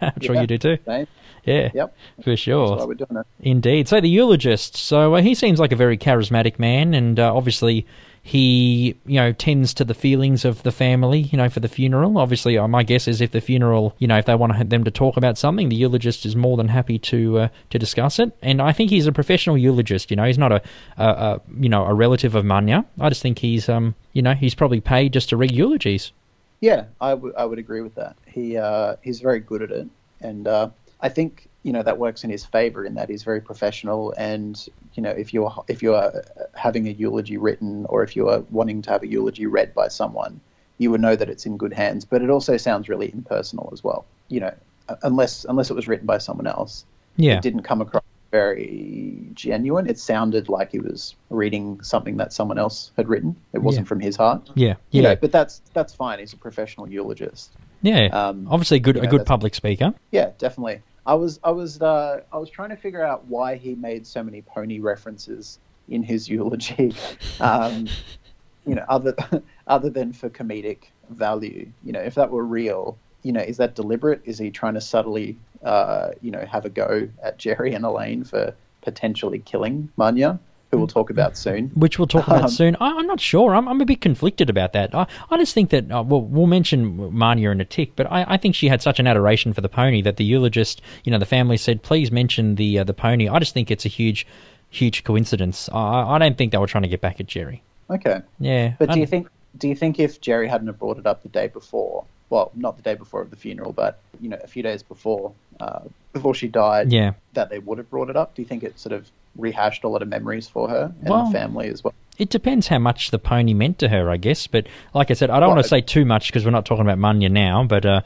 I'm sure Yeah. you do too. Right? Yeah, Yep. for That's why sure. we're doing it. Indeed. So the eulogist. So uh, he seems like a very charismatic man, and uh, obviously he you know tends to the feelings of the family. You know, for the funeral. Obviously, uh, my guess is if the funeral, you know, if they want them to talk about something, the eulogist is more than happy to uh, to discuss it. And I think he's a professional eulogist. You know, he's not a, a, a you know a relative of Manya. I just think he's um you know he's probably paid just to read eulogies. Yeah, I would I would agree with that. He uh, he's very good at it, and uh, I think you know that works in his favor in that he's very professional. And you know if you're if you are having a eulogy written or if you are wanting to have a eulogy read by someone, you would know that it's in good hands. But it also sounds really impersonal as well. You know, unless unless it was written by someone else, Yeah. it didn't come across very genuine. It sounded like he was reading something that someone else had written. It wasn't from his heart. Yeah. You Yeah. know, but that's that's fine. He's a professional eulogist. Uh, Yeah. Um, Obviously, good you a know, good that's- public speaker. Yeah, definitely. I was I was uh, I was trying to figure out why he made so many pony references in his eulogy. Um, you know, other other than for comedic value. You know, if that were real, you know, is that deliberate? Is he trying to subtly, uh, you know, have a go at Jerry and Elaine for potentially killing Manya, who we'll talk about soon? which we'll talk about Um, soon. I, I'm not sure. I'm, I'm a bit conflicted about that. I, I just think that uh, well, we'll mention Mania in a tick, but I, I think she had such an adoration for the pony that the eulogist, you know, the family said, "Please mention the uh, the pony." I just think it's a huge, huge coincidence. I- I, I don't think they were trying to get back at Jerry. Okay. Yeah, But I do you don't- think do you think if Jerry hadn't have brought it up the day before, well, not the day before of the funeral, but you know, a few days before, uh, before she died, Yeah. that they would have brought it up? Do you think it sort of rehashed a lot of memories for her and Well, the family as well? It depends how much the pony meant to her, I guess. But like I said, I don't want to Right. say too much because we're not talking about Munya now. But uh,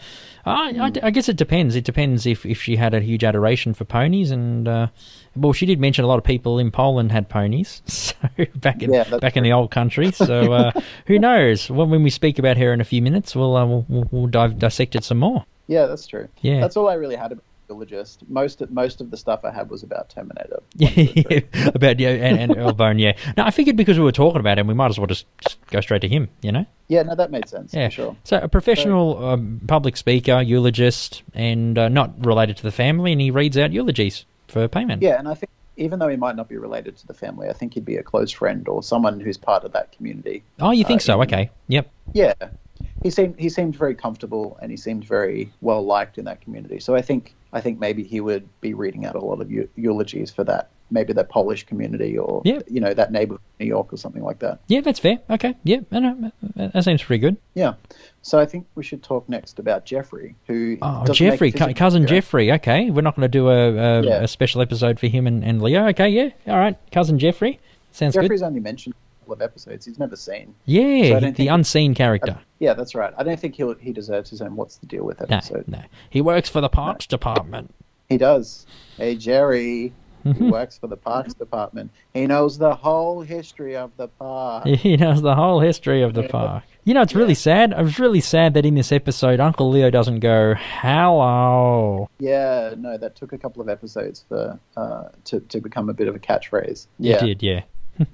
I, Hmm. I d- I guess it depends. It depends if, if she had a huge adoration for ponies, and uh, well, she did mention a lot of people in Poland had ponies. So back in Yeah, that's back in the old country. So uh, who knows? When, when we speak about her in a few minutes, we'll uh, we'll- we'll, we'll dive, dissect it some more. Yeah, that's true. Yeah. That's all I really had about Villagist. Most of, most of the stuff I had was about Terminator. Yeah, about yeah, and, and Earlbone. Yeah, no, I figured because we were talking about him, we might as well just, just go straight to him. You know. Yeah, no, that made sense Yeah, for sure. So a professional um, public speaker, eulogist, and uh, not related to the family, and he reads out eulogies for payment. Yeah, and I think even though he might not be related to the family, I think he'd be a close friend or someone who's part of that community. Oh, you think Uh, so? in- Okay. Yep. Yeah, he seemed he seemed very comfortable and he seemed very well liked in that community. So I think I think maybe he would be reading out a lot of eu- eulogies for that, maybe the Polish community or Yeah. you know that neighborhood, in New York or something like that. Yeah, that's fair. Okay. Yeah, I know. That that seems pretty good. Yeah. So I think we should talk next about Jeffrey, who Oh, doesn't make Jeffrey, cu- physical cousin appearance. Jeffrey. Okay, we're not going to do a, a, Yeah. a special episode for him and, and Leo. Okay, yeah, all right, cousin Jeffrey. Sounds good. Jeffrey's only mentioned in a couple of episodes. He's never seen. So I Yeah, don't the think- unseen character. Yeah, that's right. I don't think he he deserves his own. What's the deal with No, episode? no, he works for the parts department. He does. Hey, Jerry. He Mm-hmm. works for the Parks Department. He knows the whole history of the park. He knows the whole history of the park. You know, it's really sad. I was really sad that in this episode, Uncle Leo doesn't go, hello. Yeah, no, that took a couple of episodes for uh, to to become a bit of a catchphrase. It Yeah, did, yeah.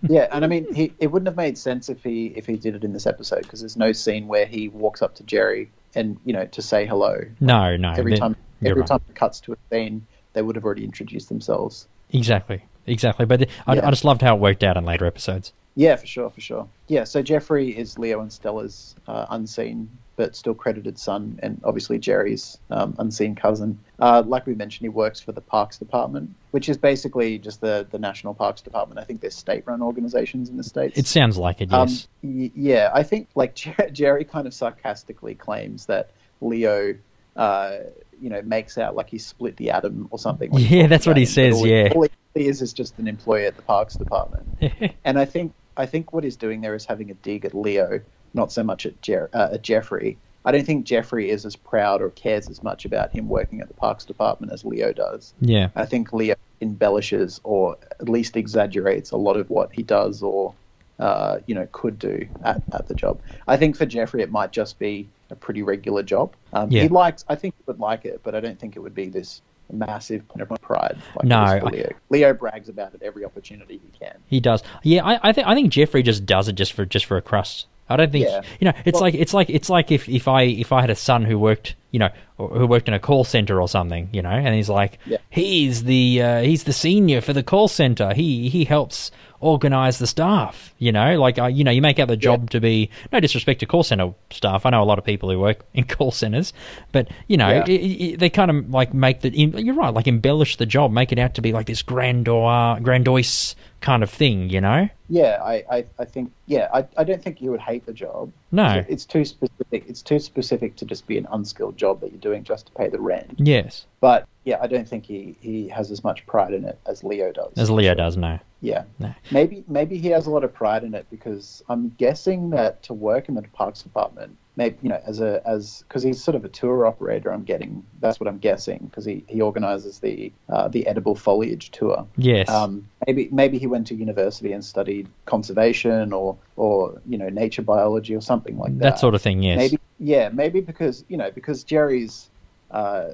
yeah, and I mean, he it wouldn't have made sense if he if he did it in this episode because there's no scene where he walks up to Jerry and you know to say hello. No, no. Every that- time you're every right. time it cuts to a scene, they would have already introduced themselves. Exactly, exactly. But I, Yeah. I just loved how it worked out in later episodes. Yeah, for sure, for sure. Yeah, so Jeffrey is Leo and Stella's uh, unseen but still credited son, and obviously Jerry's um, unseen cousin. Uh, like we mentioned, he works for the Parks Department, which is basically just the, the National Parks Department. I think they're state run organizations in the States. It sounds like it, Um, yes. y- yeah, I think like Jer- Jerry kind of sarcastically claims that Leo, uh, you know, makes out like he split the atom or something. when Yeah, talks that's what about he him, but says, all he- yeah. all he is is just an employee at the Parks Department, and I think I think what he's doing there is having a dig at Leo, not so much at, Jer- uh, at Jeffrey. I don't think Jeffrey is as proud or cares as much about him working at the Parks Department as Leo does. yeah. I think Leo embellishes or at least exaggerates a lot of what he does or uh, you know could do at, at the job. I think for Jeffrey it might just be a pretty regular job. Um, Yeah. He likes, I think he would like it, but I don't think it would be this massive point of pride. Like No, it is for I- Leo. Leo brags about it every opportunity he can. He does. Yeah, I, I think I think Jeffrey just does it just for just for a crust. I don't think Yeah. you know. It's Well- like it's like it's like if, if I if I had a son who worked you know or- who worked in a call center or something you know, and he's like Yeah. he's the uh, he's the senior for the call center. He he helps organize the staff. You know, like uh, you know, you make out the job to be no disrespect to call center staff. I know a lot of people who work in call centers, but you know, Yeah. i i they kind of like make the em- you're right, like embellish the job, make it out to be like this grandeur grandiose kind of thing. You know, Yeah, I, I, I think yeah, I, I don't think he would hate the job. No. It's too specific. It's too specific to just be an unskilled job that you're doing just to pay the rent. Yes. But yeah, I don't think he, he has as much pride in it as Leo does. As Leo does, no. Yeah. No. Maybe maybe he has a lot of pride in it because I'm guessing that to work in the parks department, maybe you know, as a as because he's sort of a tour operator. I'm getting that's what I'm guessing because he he organises the uh, the edible foliage tour. Yes. Um, maybe maybe he went to university and studied conservation or or you know nature biology or something like that. that sort of thing, yes. Maybe yeah, maybe because you know because Jerry's uh,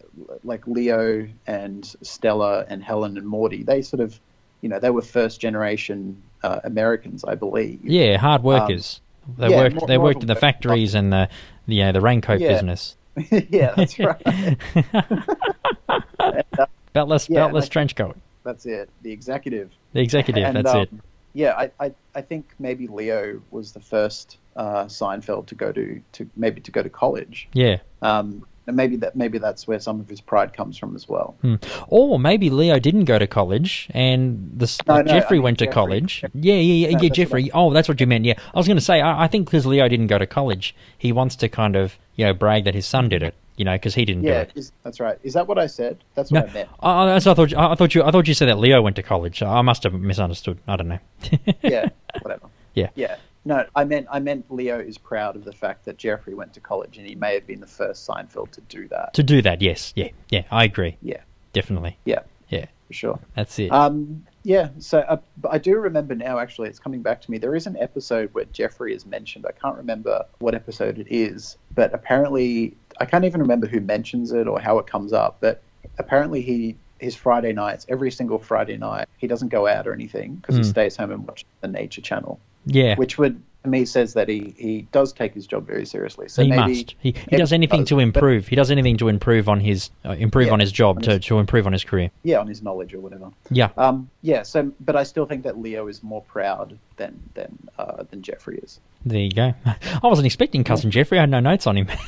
like Leo and Stella and Helen and Morty, they sort of you know they were first generation uh, Americans, I believe. Yeah, hard workers. they um, yeah, worked. more- they more worked of in a the work- factories and the, the you know, the raincoat Yeah. business. yeah, that's right. Beltless, uh, Yeah, beltless like- trench coat. that's it. The executive. The executive. And, that's um, it. Yeah, I, I, I think maybe Leo was the first uh, Seinfeld to go to, to maybe to go to college. Yeah. Um, and maybe that maybe that's where some of his pride comes from as well. Or maybe Leo didn't go to college and the s No, no, Jeffrey I mean went to Jeffrey. college. Yeah, yeah, No, yeah, yeah that's Jeffrey. Oh, that's what you meant. Yeah, I was going to say I, I think because Leo didn't go to college, he wants to kind of you know brag that his son did it. You know, because he didn't do Yeah, it. is, that's right. Is that what I said? That's No, what I meant. I, I, that's what I thought. you- I, I thought you. I thought you said that Leo went to college. I must have misunderstood. I don't know. Yeah, whatever. Yeah. Yeah. No, I meant I meant Leo is proud of the fact that Jeffrey went to college and he may have been the first Seinfeld to do that. to do that, yes, yeah, yeah. I agree. Yeah. Definitely. Yeah, Yeah, for sure. that's it. Um, yeah, so uh, but I do remember now. Actually, it's coming back to me. There is an episode where Jeffrey is mentioned. I can't remember what episode it is, but apparently, I can't even remember who mentions it or how it comes up. But apparently, he his Friday nights, every single Friday night, he doesn't go out or anything because he Mm. stays home and watches the Nature Channel, yeah, which would to me says that he he does take his job very seriously. So he maybe must. He, he maybe does anything does, to but- improve. he does anything to improve on his uh, improve Yeah, on his job on to, his- to improve on his career. yeah, on his knowledge or whatever. Yeah. Um, yeah, so but I still think that Leo is more proud than than uh, than Jeffrey is. There you go. I wasn't expecting cousin Jeffrey. I had no notes on him.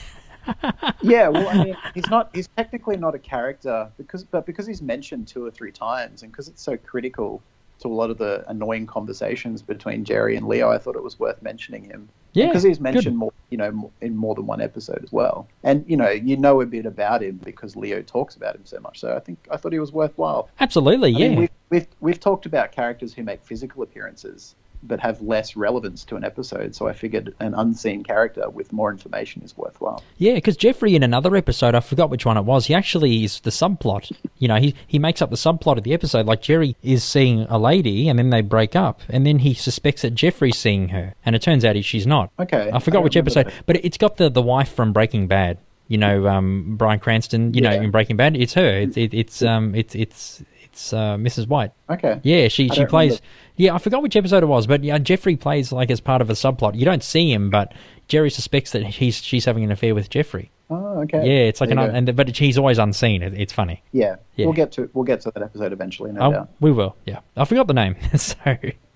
Yeah, well, I mean, he's not he's technically not a character because but because he's mentioned two or three times and because it's so critical to a lot of the annoying conversations between Jerry and Leo, I thought it was worth mentioning him. Yeah, because he's good. mentioned more, you know, more, in more than one episode as well. And you know, you know a bit about him because Leo talks about him so much. So I think I thought he was worthwhile. Absolutely. I yeah. mean, we've, we've, we've talked about characters who make physical appearances but have less relevance to an episode, so I figured an unseen character with more information is worthwhile. Yeah, because Jeffrey in another episode, I forgot which one it was. He actually is the subplot. You know, he he makes up the subplot of the episode. Like Jerry is seeing a lady, and then they break up, and then he suspects that Jeffrey's seeing her, and it turns out he, she's not. Okay, I forgot I which remember episode, that. but it's got the the wife from Breaking Bad. You know, um, Brian Cranston. You know, Yeah. in Breaking Bad, it's her. It's it, it's um it's it's it's uh, Mrs. White. Okay. Yeah, she she don't plays. remember. Yeah, I forgot which episode it was, but yeah, Jeffrey plays like as part of a subplot. You don't see him, but Jerry suspects that he's she's having an affair with Jeffrey. Oh, okay. Yeah, it's like an There you un- go. and, but he's always unseen. It, it's funny. yeah. Yeah. We'll get to we'll get to that episode eventually, no Oh, doubt. we will. Yeah, I forgot the name. so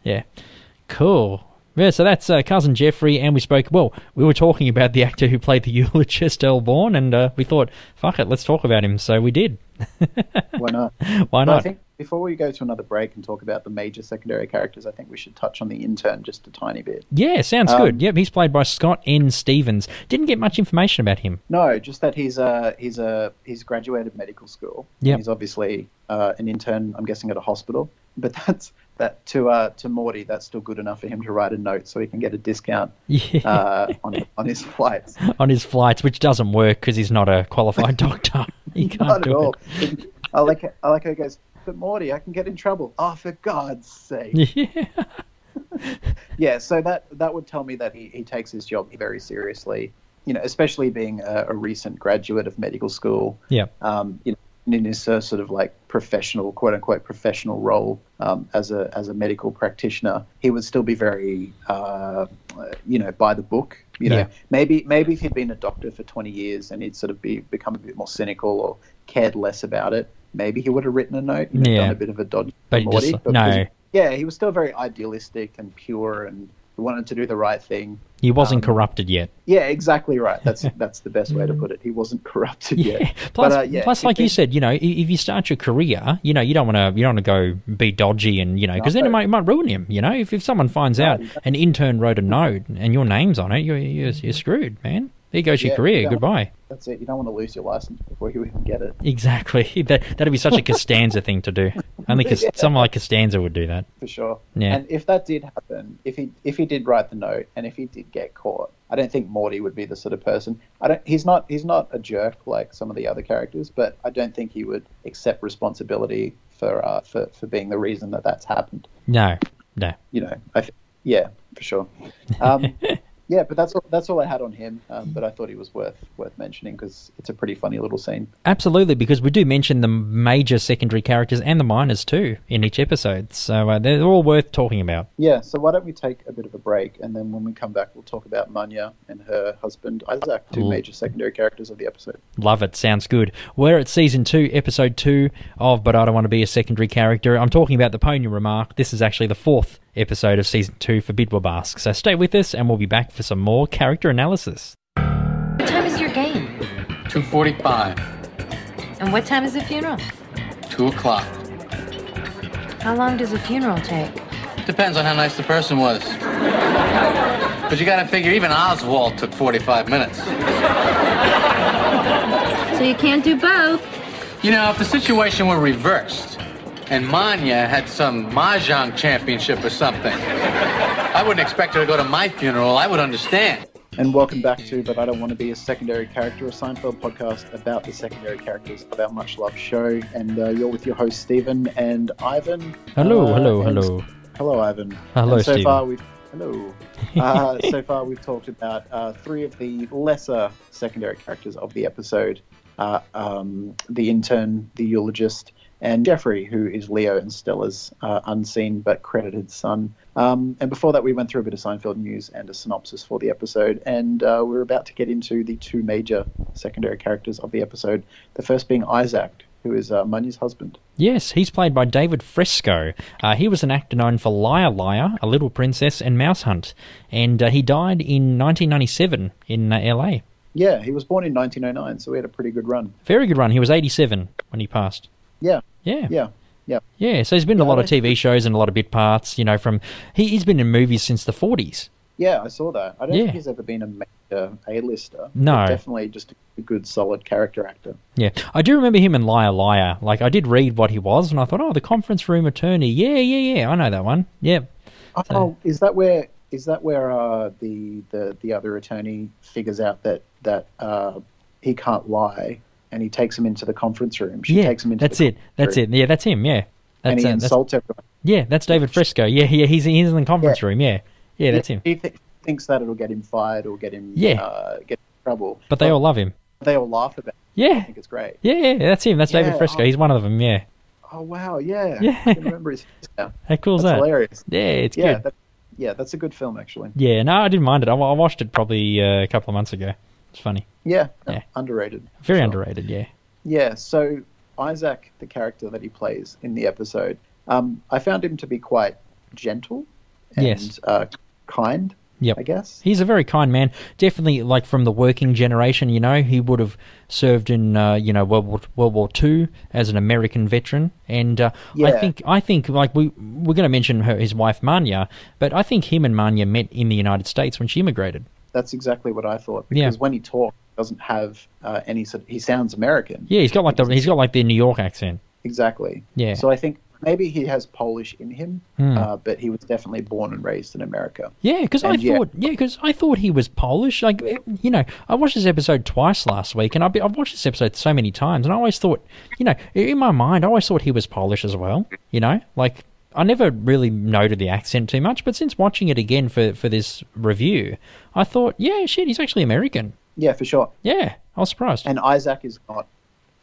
yeah, cool. Yeah, so that's uh, cousin Jeffrey, and we spoke. Well, we were talking about the actor who played the eulogist, L. Bourne, and uh, we thought, fuck it, let's talk about him. So we did. Why not? Why But I not? think before we go to another break and talk about the major secondary characters, I think we should touch on the intern just a tiny bit. Yeah, sounds Um, good. Yep, he's played by Scott N. Stevens. Didn't get much information about him. No, just that he's a he's a he's graduated medical school. Yep. He's obviously uh, an intern. I'm guessing at a hospital. But that's that to uh, to Morty. That's still good enough for him to write a note so he can get a discount Yeah, uh, on on his flights. on his flights, which doesn't work because he's not a qualified doctor. He can't Not do at it. all. I like it- I like how he goes. But Morty, I can get in trouble. Oh, for God's sake! Yeah. yeah so that that would tell me that he, he takes his job very seriously you know especially being a, a recent graduate of medical school yeah. um, you know and in his uh, sort of like professional quote unquote professional role um, as a as a medical practitioner he would still be very uh, uh, you know by the book you know Yeah. maybe maybe if he'd been a doctor for 20 years and he'd sort of be become a bit more cynical or cared less about it maybe he would have written a note you know, Yeah. done a bit of a dodge But he just- Morty, no. because- yeah, he was still very idealistic and pure and who wanted to do the right thing. He wasn't Um, corrupted yet. Yeah, exactly right. That's that's the best way to put it. He wasn't corrupted Mm. Yeah. yet. Plus, But, uh, yeah, plus, if like you they- said, you know, i- if you start your career, you know, you don't want to, you don't want to go be dodgy, and you know, because then it No. might, it might ruin him. You know, if, if someone finds out an intern wrote a note and your name's on it, you're you're, you're screwed, man. There goes your Mm-hmm. Yeah, career. yeah. Goodbye. That's it. You don't want to lose your license before you even get it, Exactly. That that'd be such a Costanza thing to do. Only Cos- someone like Costanza would do that. for sure. Yeah. And if that did happen, if he if he did write the note and if he did get caught, I don't think Morty would be the sort of person. I don't. He's not. He's not a jerk like some of the other characters, but I don't think he would accept responsibility for uh, for for being the reason that that's happened. No, no. You know. I th- yeah, for sure. Um, yeah, but that's all, that's all I had on him. Um, but I thought he was worth worth mentioning because it's a pretty funny little scene. Absolutely, because we do mention the major secondary characters and the minors too in each episode, so uh, they're all worth talking about. Yeah, so why don't we take a bit of a break, and then when we come back, we'll talk about Manya and her husband Isaac, two Cool. major secondary characters of the episode. Love it. Sounds good. We're at season two, episode two of But I Don't Want to Be a Secondary Character. I'm talking about the Pony Remark. This is actually the fourth episode of season two for Bidwa Bask. So stay with us and we'll be back for some more character analysis. What time is your game? 2.45, And what time is the funeral? 2 o'clock. How long does a funeral take? Depends on how nice the person was. But you gotta figure, even Oswald took 45 minutes. So you can't do both. You know, if the situation were reversed and Manya had some Mahjong championship or something, I wouldn't expect her to go to my funeral. I would understand. And welcome back to But I Don't Want to Be a Secondary Character, a Seinfeld podcast about the secondary characters of our much loved show. And uh, you're with your host, Stephen and Ivan. Hello, Uh, hello, and- hello. Hello, Ivan. Hello, and so Stephen. far we've hello. Uh, so far we've talked about uh, three of the lesser secondary characters of the episode: uh, um, the intern, the eulogist, and Jeffrey, who is Leo and Stella's uh, unseen but credited son. Um, and before that, we went through a bit of Seinfeld news and a synopsis for the episode, and uh, we're about to get into the two major secondary characters of the episode. The first being Isaac, who is uh, Munya's husband. Yes, he's played by David Fresco. Uh, he was an actor known for Liar Liar, A Little Princess, and Mouse Hunt. And uh, he died in 1997 in uh, LA. Yeah, he was born in 1909, so we had a pretty good run. Very good run. He was 87 when he passed. Yeah, Yeah. yeah. Yeah, so he's been in a lot of TV shows and a lot of bit parts, you know, from he, he's been in movies since the 40s. Yeah, I saw that. I don't Yeah. think he's ever been a major A-lister. No. But Definitely just a good, solid character actor. Yeah, I do remember him in Liar Liar. Like, I did read what he was, and I thought, oh, the conference room attorney. Yeah, yeah, yeah, I know that one. Yeah. Oh, is that where is that where uh, the, the the other attorney figures out that that uh, he can't lie, and he takes him into the conference room. She yeah, takes him into that's the it. That's it. Yeah, that's him. Yeah. and That's, he uh, that's- insults everyone. yeah, that's David Fresco. Yeah, yeah, he's, he's in the conference room. Yeah. Yeah, that's him. He th- thinks that it'll get him fired or get him Yeah. uh, get in trouble. But they all love him. they all laugh about. it. I Yeah. think it's great. Yeah, yeah, that's him. That's David Yeah, Fresco. oh. He's one of them. Yeah. Oh wow, yeah. Yeah. I can remember his face now. How cool is That's that? hilarious. Yeah, it's Yeah, good. that, yeah, that's a good film actually. Yeah, no, I didn't mind it. I, wa- I watched it probably uh, a couple of months ago. It's funny. Yeah, Yeah. underrated. Very Sure. underrated, yeah. Yeah, so Isaac, the character that he plays in the episode, um, I found him to be quite gentle and Yes. uh, kind, Yep. I guess. He's a very kind man. Definitely, like from the working generation, you know, he would have served in, uh, you know, World War, World War Two as an American veteran. And uh, I Yeah. think, I think, like we we're going to mention her, his wife Manya, but I think him and Manya met in the United States when she immigrated. That's exactly what I thought. Yeah. Because when he talks, he doesn't have uh, any sort he sounds American. Yeah, he's got like the he's got like the New York accent. Exactly. Yeah. So I think maybe he has Polish in him, Hmm. uh, but he was definitely born and raised in America. Yeah, because I And yeah. thought, yeah, 'cause I thought he was Polish. Like, eh, you know, I watched this episode twice last week, and I've, been, I've watched this episode so many times, and I always thought, you know, i- in my mind, I always thought he was Polish as well. You know, like I never really noted the accent too much, but since watching it again for for this review, I thought, yeah, shit, he's actually American. Yeah, for sure. Yeah, I was surprised. And Isaac is not.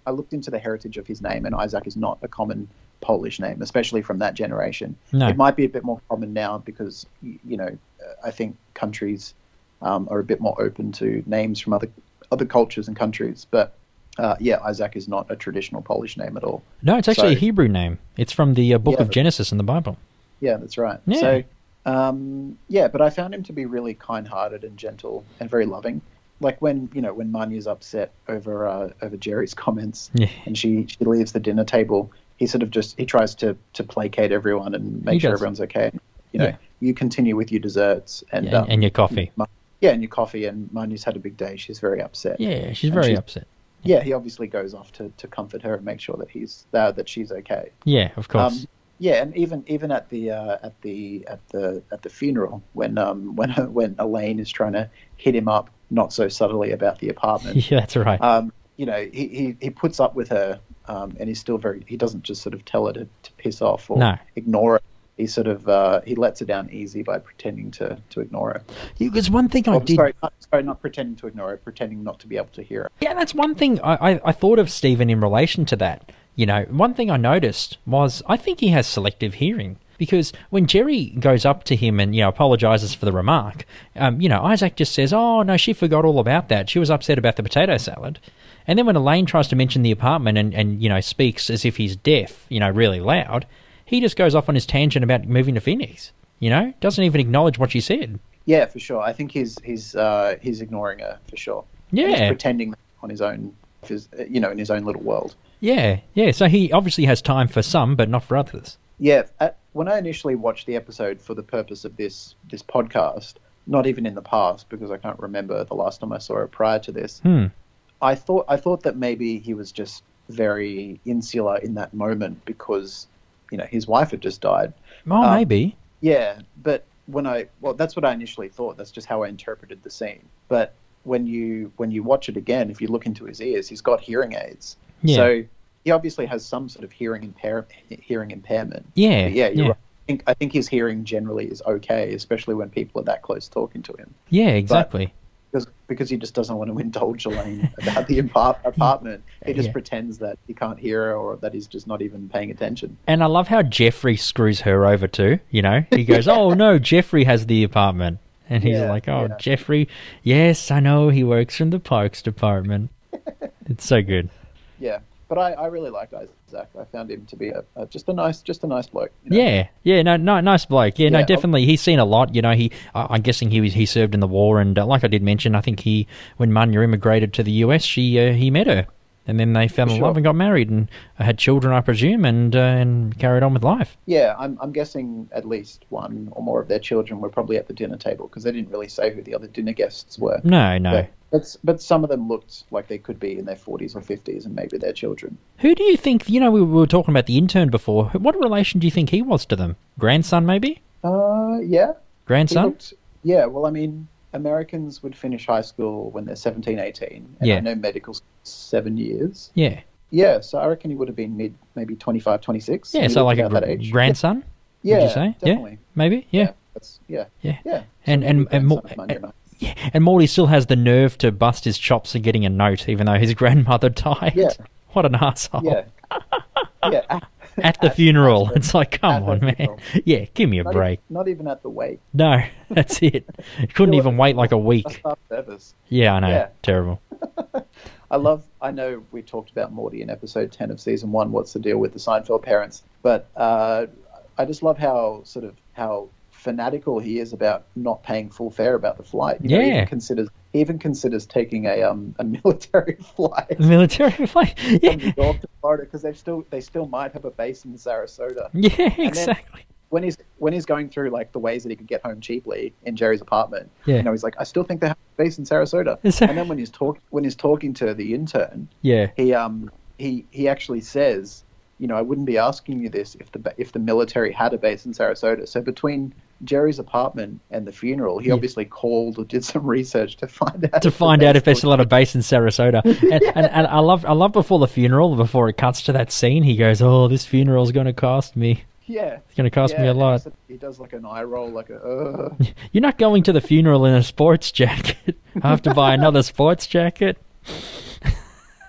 I looked into the heritage of his name, and Isaac is not a common Polish name, especially from that generation. No. It might be a bit more common now because, y- you know, uh, I think countries um, are a bit more open to names from other other cultures and countries. But uh, yeah, Isaac is not a traditional Polish name at all. no, it's actually a so- Hebrew name. It's from the uh, Book Yeah, of but- Genesis in the Bible. Yeah, that's right. Yeah. So Um, yeah, but I found him to be really kind-hearted and gentle and very loving. Like when you know when Manya's upset over uh, over Jerry's comments Yeah. and she she leaves the dinner table, he sort of just he tries to to placate everyone and make He sure does. everyone's okay. You know, Yeah. you continue with your desserts and and, um, and your coffee. Ma- yeah, and your coffee. And Manya's had a big day. She's very upset. Yeah, she's and very she's- upset. Yeah, he obviously goes off to, to comfort her and make sure that he's uh, that she's okay. Yeah, of course. Um, yeah, and even even at the uh, at the at the at the funeral when um when when Elaine is trying to hit him up not so subtly about the apartment, yeah, that's right. um, you know, he, he, he puts up with her, um, and he's still very he doesn't just sort of tell her to, to piss off or No. ignore it. He sort of uh, he lets her down easy by pretending to to ignore her. Because one thing I Oh, did. sorry, not, sorry, not pretending to ignore her, pretending not to be able to hear her. Yeah, that's one thing I, I, I thought of Stephen in relation to that. You know, one thing I noticed was I think he has selective hearing because when Jerry goes up to him and you know apologizes for the remark, um, you know Isaac just says, "Oh no, she forgot all about that. She was upset about the potato salad." And then when Elaine tries to mention the apartment and, and you know speaks as if he's deaf, you know, really loud, he just goes off on his tangent about moving to Phoenix. You know, doesn't even acknowledge what she said. Yeah, for sure. I think he's he's uh, he's ignoring her for sure. Yeah. he's pretending on his own, his, you know, in his own little world. Yeah, yeah. So he obviously has time for some, but not for others. Yeah, at, when I initially watched the episode for the purpose of this this podcast, not even in the past because I can't remember the last time I saw it prior to this. Hmm. I thought I thought that maybe he was just very insular in that moment because you know his wife had just died. Well, Um, maybe. Yeah, but when I well, that's what I initially thought. That's just how I interpreted the scene. But when you when you watch it again, if you look into his ears, he's got hearing aids. Yeah. So he obviously has some sort of hearing impair hearing impairment. Yeah, But yeah, you're yeah. Right. I think I think his hearing generally is okay, especially when people are that close talking to him, Yeah, exactly. because because he just doesn't want to indulge Elaine about the apart- apartment. He just Yeah. pretends that he can't hear her or that he's just not even paying attention. and I love how Jeffrey screws her over too. You know, he goes, "Oh no, Jeffrey has the apartment," and he's Yeah, like, "Oh, yeah. Jeffrey, yes, I know he works in the parks department." it's so good. Yeah, but I, I really liked Isaac. I found him to be a, a just a nice just a nice bloke. you know? Yeah, yeah, no, no, nice bloke. Yeah, no, Yeah, I'll- definitely. He's seen a lot. You know, he, I, I'm guessing he was he served in the war, and uh, like I did mention, I think he, when Manya immigrated to the US, she uh, he met her, and then they fell in Sure. love and got married and uh, had children, I presume, and uh, and carried on with life. Yeah, I'm, I'm guessing at least one or more of their children were probably at the dinner table because they didn't really say who the other dinner guests were. No, no. But, but, but some of them looked like they could be in their 40s or 50s and maybe their children. Who do you think? You know, we were talking about the intern before. What relation do you think he was to them? Grandson, maybe? Uh, yeah. He Grandson? looked, yeah, well, I mean, Americans would finish high school when they're 17, 18. And Yeah. I know medical's seven years. yeah. Yeah, so I reckon he would have been mid, maybe 25, 26. Yeah, He so looked like a about gr- grandson? yeah, would you say? Definitely. Yeah. Maybe? Yeah. Yeah. That's, yeah. Yeah. Yeah. And- So and- maybe and more- grandson of mine, you know. Yeah. And Morty still has the nerve to bust his chops at getting a note, even though his grandmother died. Yeah. What an asshole. Yeah. Oh. yeah. At the funeral. it's like, come at the on, man. funeral. Yeah, give me a Not, e- break. not even at the wake. No, that's it. Couldn't Yeah, even wait like a That's week. half service. Yeah, I know. Yeah. Terrible. I love. I know we talked about Morty in episode ten of season one. What's the deal with the Seinfeld parents? But uh, I just love how sort of how fanatical he is about not paying full fare about the flight. You Know, he Yeah. even considers he even considers taking a um a military flight. The military flight. From Yeah. New York to Florida because they still they still might have a base in Sarasota. Yeah, then- exactly. when he's when he's going through like the ways that he could get home cheaply in Jerry's apartment, Yeah. you know, he's like, I still think they have a base in Sarasota. Is that- and then when he's talk when he's talking to the intern, Yeah. he um he he actually says, you know, I wouldn't be asking you this if the ba- if the military had a base in Sarasota. So between Jerry's apartment and the funeral, he obviously called or did some research to find out to if the find out base if there's was- still at a base in Sarasota. And, and, and I love I love before the funeral, before it cuts to that scene, he goes, "Oh, this funeral's going to cost me. yeah. It's going to cost yeah, me a and he lot." sort of- He does like an eye roll, like a. Uh. You're not going to the funeral in a sports jacket. I have to buy another sports jacket.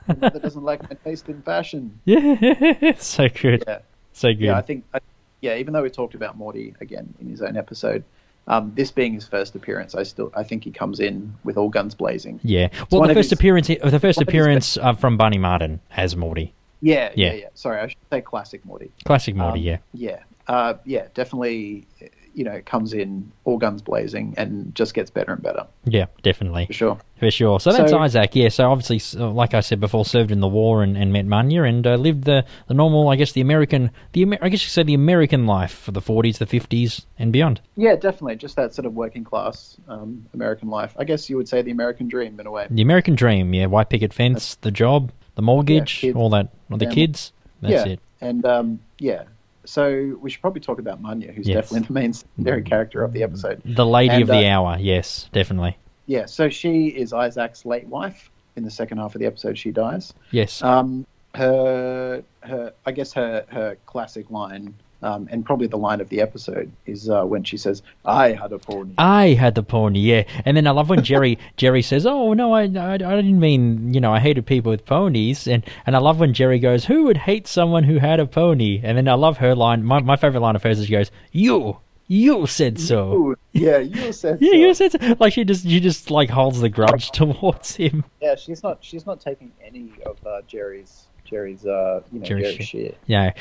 that doesn't like my taste in fashion. Yeah, so good, Yeah. so good. Yeah, I think, I, yeah, even though we talked about Morty again in his own episode, um, this being his first appearance, I still I think he comes in with all guns blazing. Yeah. Well, one the of first his- appearance, uh, the first one of his appearance uh, from Bunny Martin as Morty, Yeah, yeah, Yeah. yeah. Sorry, I should say classic Morty. classic Morty. Um, yeah, yeah, uh, yeah. Definitely, you know, comes in all guns blazing and just gets better and better Yeah, definitely. for sure. For sure. So that's So- Isaac, yeah. So obviously, s- uh, like I said before, served in the war and, and met Manya and uh, lived the, the normal, I guess, the American, the Amer- I guess you could say the American life for the 40s, the 50s, and beyond. Yeah, definitely. Just that sort of working class um, American life. I guess you would say the American dream in a way. The American dream, yeah. White picket fence, the job, the mortgage, kids, all that. Well, the family. kids. That's yeah. it. And um, yeah, so we should probably talk about Manya, who's Yes. definitely the main secondary character of the episode. The lady And, of the uh, hour, yes, definitely. Yeah, so she is Isaac's late wife. In the second half of the episode, she dies. Yes. Um, her, her, I guess her, her classic line, um, and probably the line of the episode, is uh, when she says, "I had a pony." I had the pony, yeah. And then I love when Jerry Jerry says, "Oh no, I, I, I didn't mean you know I hated people with ponies." And and I love when Jerry goes, "Who would hate someone who had a pony?" And then I love her line. My my favorite line of hers is she goes, "You, you said so." Ooh, yeah, you said. Uh, Yeah, so. you said so. Like she just she just like holds the grudge towards him. Yeah, she's not. She's not taking any of uh, Jerry's. Jerry's. Uh, you know, Jerry's Jerry's shit. shit. Yeah.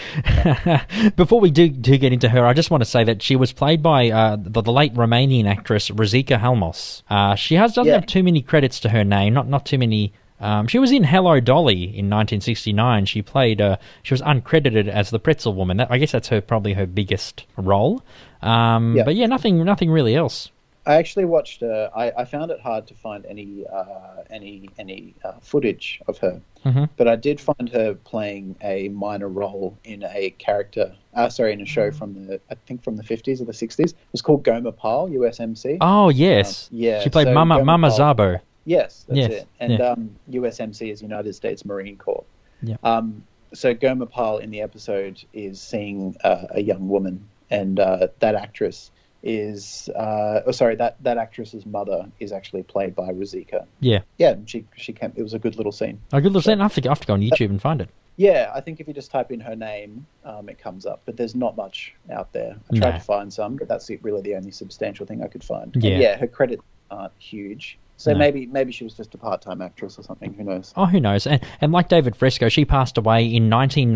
Before we do do get into her, I just want to say that she was played by uh, the, the late Romanian actress Rosica Halmos. Uh, she has doesn't Yeah. have too many credits to her name. Not not too many. Um, she was in Hello Dolly in 1969. She played. Uh, she was uncredited as the Pretzel Woman. That, I guess that's her probably her biggest role. Um, Yeah. But yeah, nothing nothing really else. I actually watched. Uh, I, I found it hard to find any uh, any any uh, footage of her, Mhm. but I did find her playing a minor role in a character. Uh, sorry, in a show from the I think from the fifties or the sixties. It was called Goma Pyle, USMC. Oh yes, Um, yeah, She played so Mama Goma Mama Pyle- Zabo. Yes, that's Yes, it. And yeah. um, USMC is United States Marine Corps. Yeah. Um, so Goma Pyle in the episode is seeing uh, a young woman, and uh, that actress is, uh, oh, sorry, that, that actress's mother is actually played by Razika. Yeah, Yeah, and she she came. It was a good little scene. a Oh, good little. I have to I have to go on YouTube and find it. Yeah, I think if you just type in her name, um, it comes up. But there's not much out there. I tried No. to find some, but that's the- really the only substantial thing I could find. And Yeah. yeah, her credits aren't huge. So No. maybe maybe she was just a part time actress or something. Who knows? Oh, who knows? And, and like David Fresco, she passed away in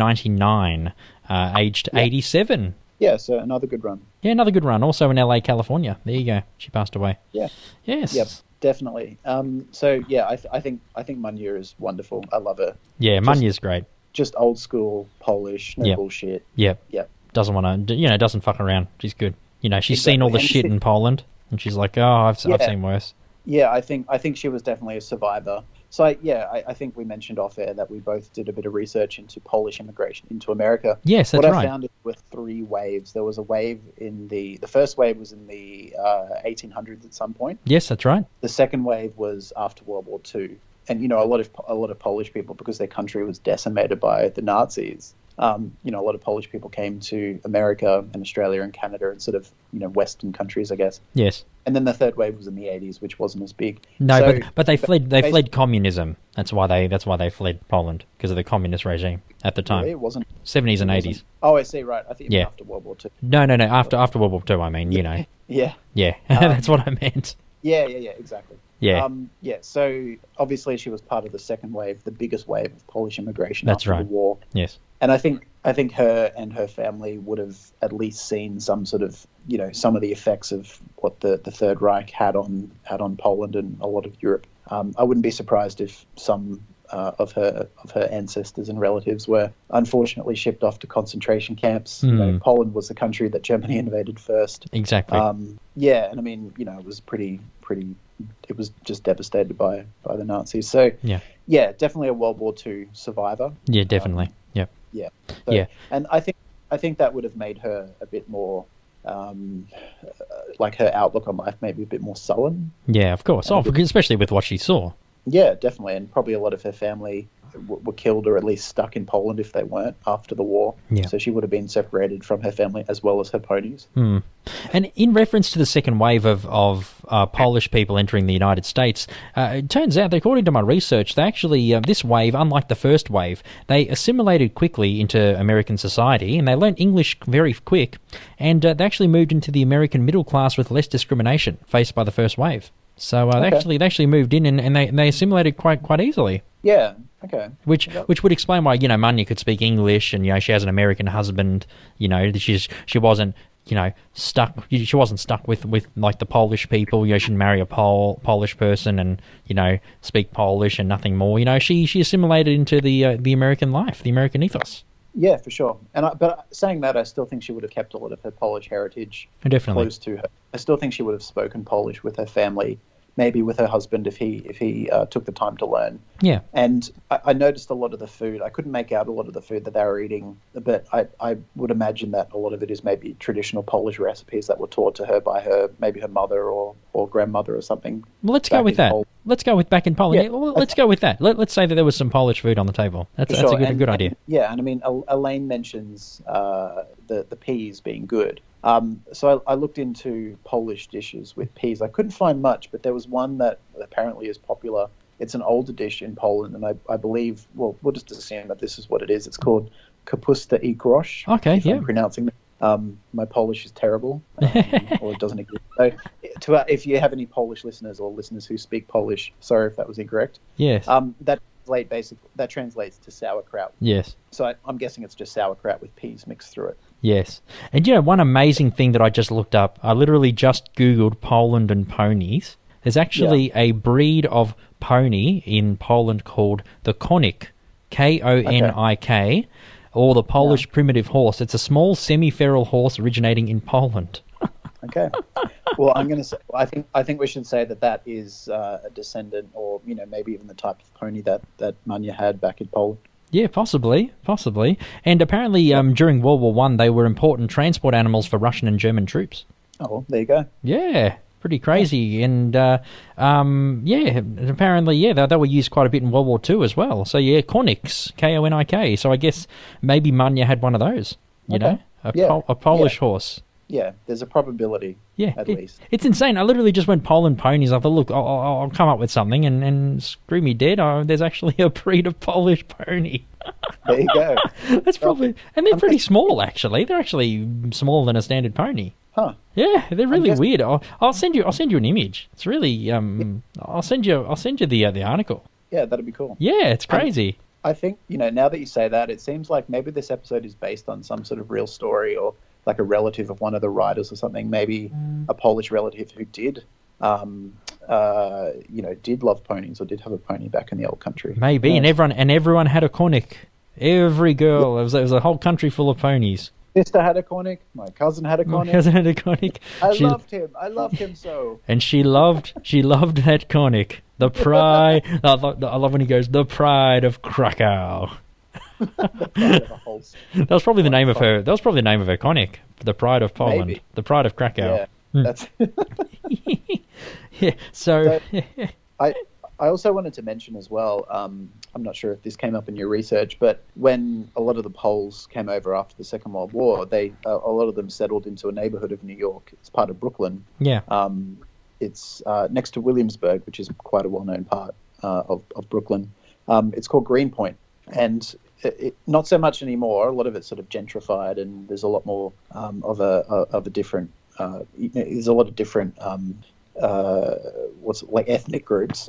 1999, uh, aged 87. Yeah, so another good run. Yeah, another good run. Also in LA, California. There you go. She passed away. Yeah. Yes. Yep, definitely. Um, so yeah, I, th- I think I think Munya is wonderful. I love her. Yeah, Munya's great. Just old school Polish, no Yep. bullshit. Yep. Yep. Doesn't want to, you know, doesn't fuck around. She's good. You know, she's seen all the Exactly. shit in Poland, and she's like, oh, I've, I've Yeah. seen worse. Yeah, I think I think she was definitely a survivor. So I, yeah, I, I think we mentioned off air that we both did a bit of research into Polish immigration into America. Yes, that's what right. I found is were three waves. There was a wave in the the first wave was in the uh, 1800s at some point. Yes, that's right. The second wave was after World War II, and you know a lot of a lot of Polish people because their country was decimated by the Nazis. Um, you know, a lot of Polish people came to America and Australia and Canada and sort of you know Western countries, I guess. Yes. And then the third wave was in the 80s, which wasn't as big. No, So- but but they fled. They basi- fled communism. That's why they. That's why they fled Poland because of the communist regime at the Really, time, it wasn't. seventies and it wasn't- eighties. Oh, I see. Right, I think it was Yeah. after World War Two. No, no, no. After after World War Two, I mean, you know. Yeah, Yeah, that's what I meant. yeah, yeah, yeah. Exactly. Yeah. Um, yeah. So obviously, she was part of the second wave, the biggest wave of Polish immigration That's after right. the war. Yes. and I think I think her and her family would have at least seen some sort of you know some of the effects of what the, the Third Reich had on had on Poland and a lot of Europe. Um, I wouldn't be surprised if some uh, of her of her ancestors and relatives were unfortunately shipped off to concentration camps. You know, Hmm. Poland was the country that Germany invaded first. Exactly. Um, yeah, and I mean you know it was pretty pretty it was just devastated by by the Nazis. So yeah. yeah, definitely a World War II survivor. Yeah. um, Definitely. yep. Yeah. So, Yeah. And I think I think that would have made her a bit more, um, uh, like her outlook on life maybe a bit more sullen. Yeah. Of course. uh, Oh, because- especially with what she saw. Yeah, definitely. And probably a lot of her family w- were killed or at least stuck in Poland if they weren't after the war. Yeah. So she would have been separated from her family as well as her ponies. And in reference to the second wave of of uh, Polish people entering the United States, uh, it turns out, that according to my research, they actually uh, this wave, unlike the first wave, they assimilated quickly into American society, and they learned English very quick, and uh, they actually moved into the American middle class with less discrimination faced by the first wave. So uh, they Okay. actually they actually moved in and, and they, they assimilated quite quite easily. Yeah. Okay. Which which would explain why you know Manya could speak English and you know she has an American husband. You know she's she wasn't you know, stuck. She wasn't stuck with, with like the Polish people. You know, she'd marry a Pol- Polish person and you know speak Polish and nothing more. You know, she she assimilated into the uh, the American life, the American ethos. Yeah, for sure. And I, but saying that, I still think she would have kept a lot of her Polish heritage Definitely. close to her. I still think she would have spoken Polish with her family, maybe with her husband if he if he uh, took the time to learn. Yeah, And I, I noticed a lot of the food. I couldn't make out a lot of the food that they were eating, but I, I would imagine that a lot of it is maybe traditional Polish recipes that were taught to her by her maybe her mother or, or grandmother or something. well, let's go Back with in that. Pol- Let's go with back in Poland. Yeah, Yeah, well, let's go with that. Let, let's say that there was some Polish food on the table. That's, For that's a sure, good, and- good idea. and- yeah, and I mean, Al- Elaine mentions uh, the the peas being good. Um, so I, I looked into Polish dishes with peas. I couldn't find much, but there was one that apparently is popular. It's an older dish in Poland, and I, I believe. Well, we'll just assume that this is what it is. It's called kapusta i grosz. Okay, if yeah. I'm pronouncing that. Um, my Polish is terrible, um, or it doesn't exist. So, to, uh, if you have any Polish listeners or listeners who speak Polish, sorry if that was incorrect. Yes, Um, that translate basic that translates to sauerkraut. yes. So I, I'm guessing it's just sauerkraut with peas mixed through it. Yes. And you know, one amazing thing that I just looked up, I literally just Googled Poland and ponies. There's actually a breed of pony in Poland called the Konik, K O N I K, or the Polish primitive horse. It's a small semi feral horse originating in Poland. Okay. well, I'm gonna. Say, I think I think we should say that that is uh, a descendant, or you know, maybe even the type of pony that that Manya had back in Poland. Yeah, possibly, possibly. And apparently, um, during World War One, they were important transport animals for Russian and German troops. Oh, well, there you go. Yeah, pretty crazy. And uh, um, yeah, and apparently, yeah, they, they were used quite a bit in World War Two as well. So yeah, Konix, K O N I K. So I guess maybe Manya had one of those. You Okay. know, a, Yeah. Pol- a Polish horse. Yeah, there's a probability. Yeah, At it- least. it's insane. I literally just went Poland ponies. I thought, look, I'll, I'll, I'll come up with something, and, and screw me dead. Oh, there's actually a breed of Polish pony. There you go. That's probably, and they're pretty small actually. They're actually smaller than a standard pony. Huh. Yeah, they're really guessing- weird. I'll, I'll send you. I'll send you an image. It's really. Um, I'll send you. I'll send you the uh, the article. Yeah, that'd be cool. Yeah, it's crazy. I think you know now that you say that, it seems like maybe this episode is based on some sort of real story or like a relative of one of the writers or something. Maybe a Polish relative who did, um, uh, you know, did love ponies or did have a pony back in the old country. Maybe, and Yeah. everyone and everyone had a cornic. Every girl. It was, it was a whole country full of ponies. sister had a cornic. My cousin had a My cornic. cousin had a cornic. I She- loved him. I loved him so. and she loved. She loved that cornic. The pride. I, love, I love when he goes. The pride of Krakow. Part of the whole- That was probably the name of her. That was probably the name of her cornic. The pride of Poland. Maybe. The pride of Yeah, Krakow. that's. Yeah. So. I I also wanted to mention as well. Um, I'm not sure if this came up in your research, but when a lot of the Poles came over after the Second World War, they uh, a lot of them settled into a neighborhood of New York. It's part of Brooklyn. yeah. Um, it's uh, next to Williamsburg, which is quite a well-known part uh, of of Brooklyn. Um, it's called Greenpoint, and it, it, not so much anymore. A lot of it's sort of gentrified, and there's a lot more um, of a of a different. Uh, y- there's a lot of different um, uh, what's it, like ethnic groups.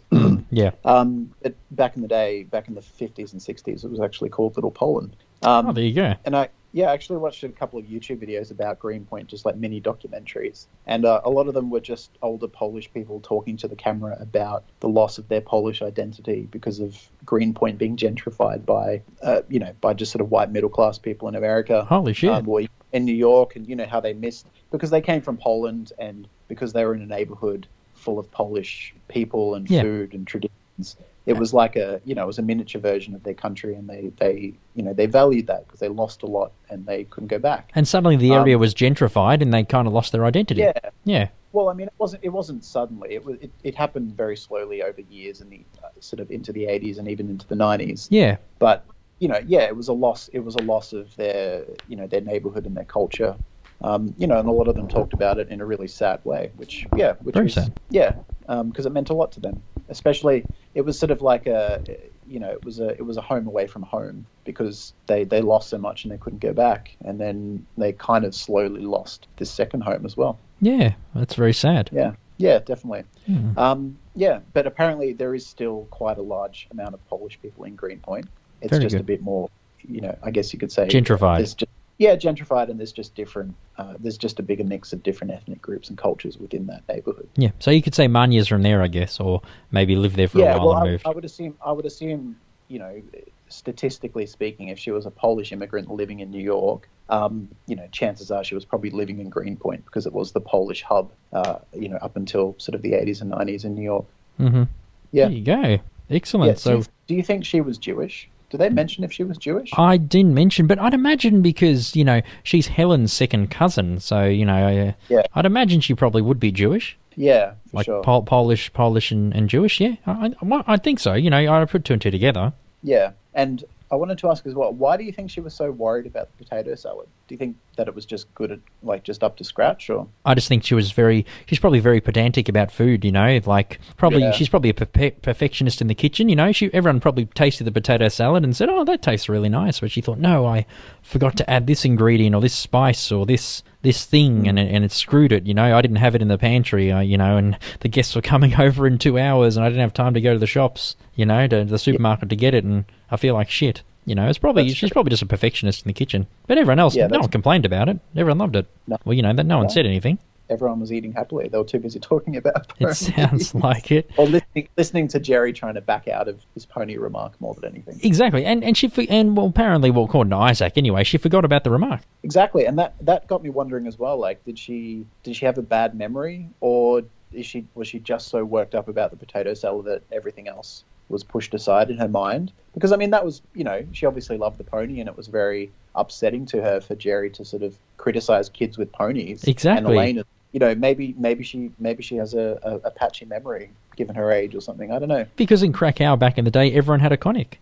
Yeah. Um, but back in the day, back in the 50s and 60s, it was actually called Little Poland. Um, Oh, there you go. and I, yeah, I actually watched a couple of YouTube videos about Greenpoint, just like mini documentaries. And uh, a lot of them were just older Polish people talking to the camera about the loss of their Polish identity because of Greenpoint being gentrified by, uh, you know, by just sort of white middle class people in America. Holy shit. Um, or in New York, and you know how they missed because they came from Poland and because they were in a neighborhood full of Polish people and Yeah. food and traditions. It was like a you know it was a miniature version of their country, and they they you know they valued that because they lost a lot and they couldn't go back. And suddenly the area was gentrified and they kind of lost their identity. Um, Yeah. Yeah. Well, I mean, it wasn't it wasn't suddenly. It was it, it happened very slowly over years and the uh, sort of into the 80s and even into the 90s. Yeah. But you know, yeah, it was a loss. It was a loss of their you know their neighborhood and their culture. Um, you know, and a lot of them talked about it in a really sad way, which yeah, which Very was, sad. yeah, because it meant a lot to them. Especially, it was sort of like a you know it was a it was a home away from home because they they lost so much and they couldn't go back, and then they kind of slowly lost this second home as well. Yeah. That's very sad. Yeah, yeah, definitely. Hmm. Um, yeah, but apparently there is still quite a large amount of Polish people in Greenpoint. It's Very just good. a bit more, you know, I guess you could say Gentrified. It's just, yeah, gentrified, and there's just different. Uh, there's just a bigger mix of different ethnic groups and cultures within that neighborhood. Yeah, so you could say Manya's from there, I guess, or maybe lived there for yeah, a while well, and I, moved. I would assume. I would assume, you know, statistically speaking, if she was a Polish immigrant living in New York, um, you know, chances are she was probably living in Greenpoint because it was the Polish hub, uh, you know, up until sort of the 80s and 90s in New York. mm-hmm. Yeah. There you go. Excellent. yeah so do, you, do you think she was Jewish? Did they mention if she was Jewish? I didn't mention, but I'd imagine because you know she's Helen's second cousin, so you know, uh, Yeah. I'd imagine she probably would be Jewish, yeah, for like sure. Pol- Polish, Polish, and, and Jewish. Yeah, I, I, I think so. You know, I put two and two together. yeah, and I wanted to ask as well. Why do you think she was so worried about the potato salad? Do you think that it was just good, at, like just up to scratch, or I just think she was very, she's probably very pedantic about food, you know, like probably, Yeah. she's probably a per- perfectionist in the kitchen, you know, she, everyone probably tasted the potato salad and said, oh, that tastes really nice. But she thought, no, I forgot to add this ingredient or this spice or this, this Hmm. thing and it, and it screwed it, you know, I didn't have it in the pantry, uh, you know, and the guests were coming over in two hours and I didn't have time to go to the shops, you know, to the supermarket to get it. And I feel like shit, you know, it's probably, That's she's probably just a perfectionist in the kitchen, but everyone else, Yeah, no that's- one complained about it. Everyone loved it. No. Well, you know, that no one No. said anything. everyone was eating happily? They were too busy talking about. It ponies. sounds like it. or listening, listening to Jerry trying to back out of his pony remark more than anything. Exactly, and and she for- and well, apparently, well, according to Isaac, anyway, she forgot about the remark. Exactly, and that that got me wondering as well. Like, did she did she have a bad memory, or is she was she just so worked up about the potato salad that everything else was pushed aside in her mind? Because I mean, that was you know she obviously loved the pony, and it was very upsetting to her for Jerry to sort of criticize kids with ponies. And Exactly. Elaine, you know, maybe maybe she maybe she has a, a, a patchy memory given her age or something. I don't know. Because in Krakow back in the day, everyone had a conic.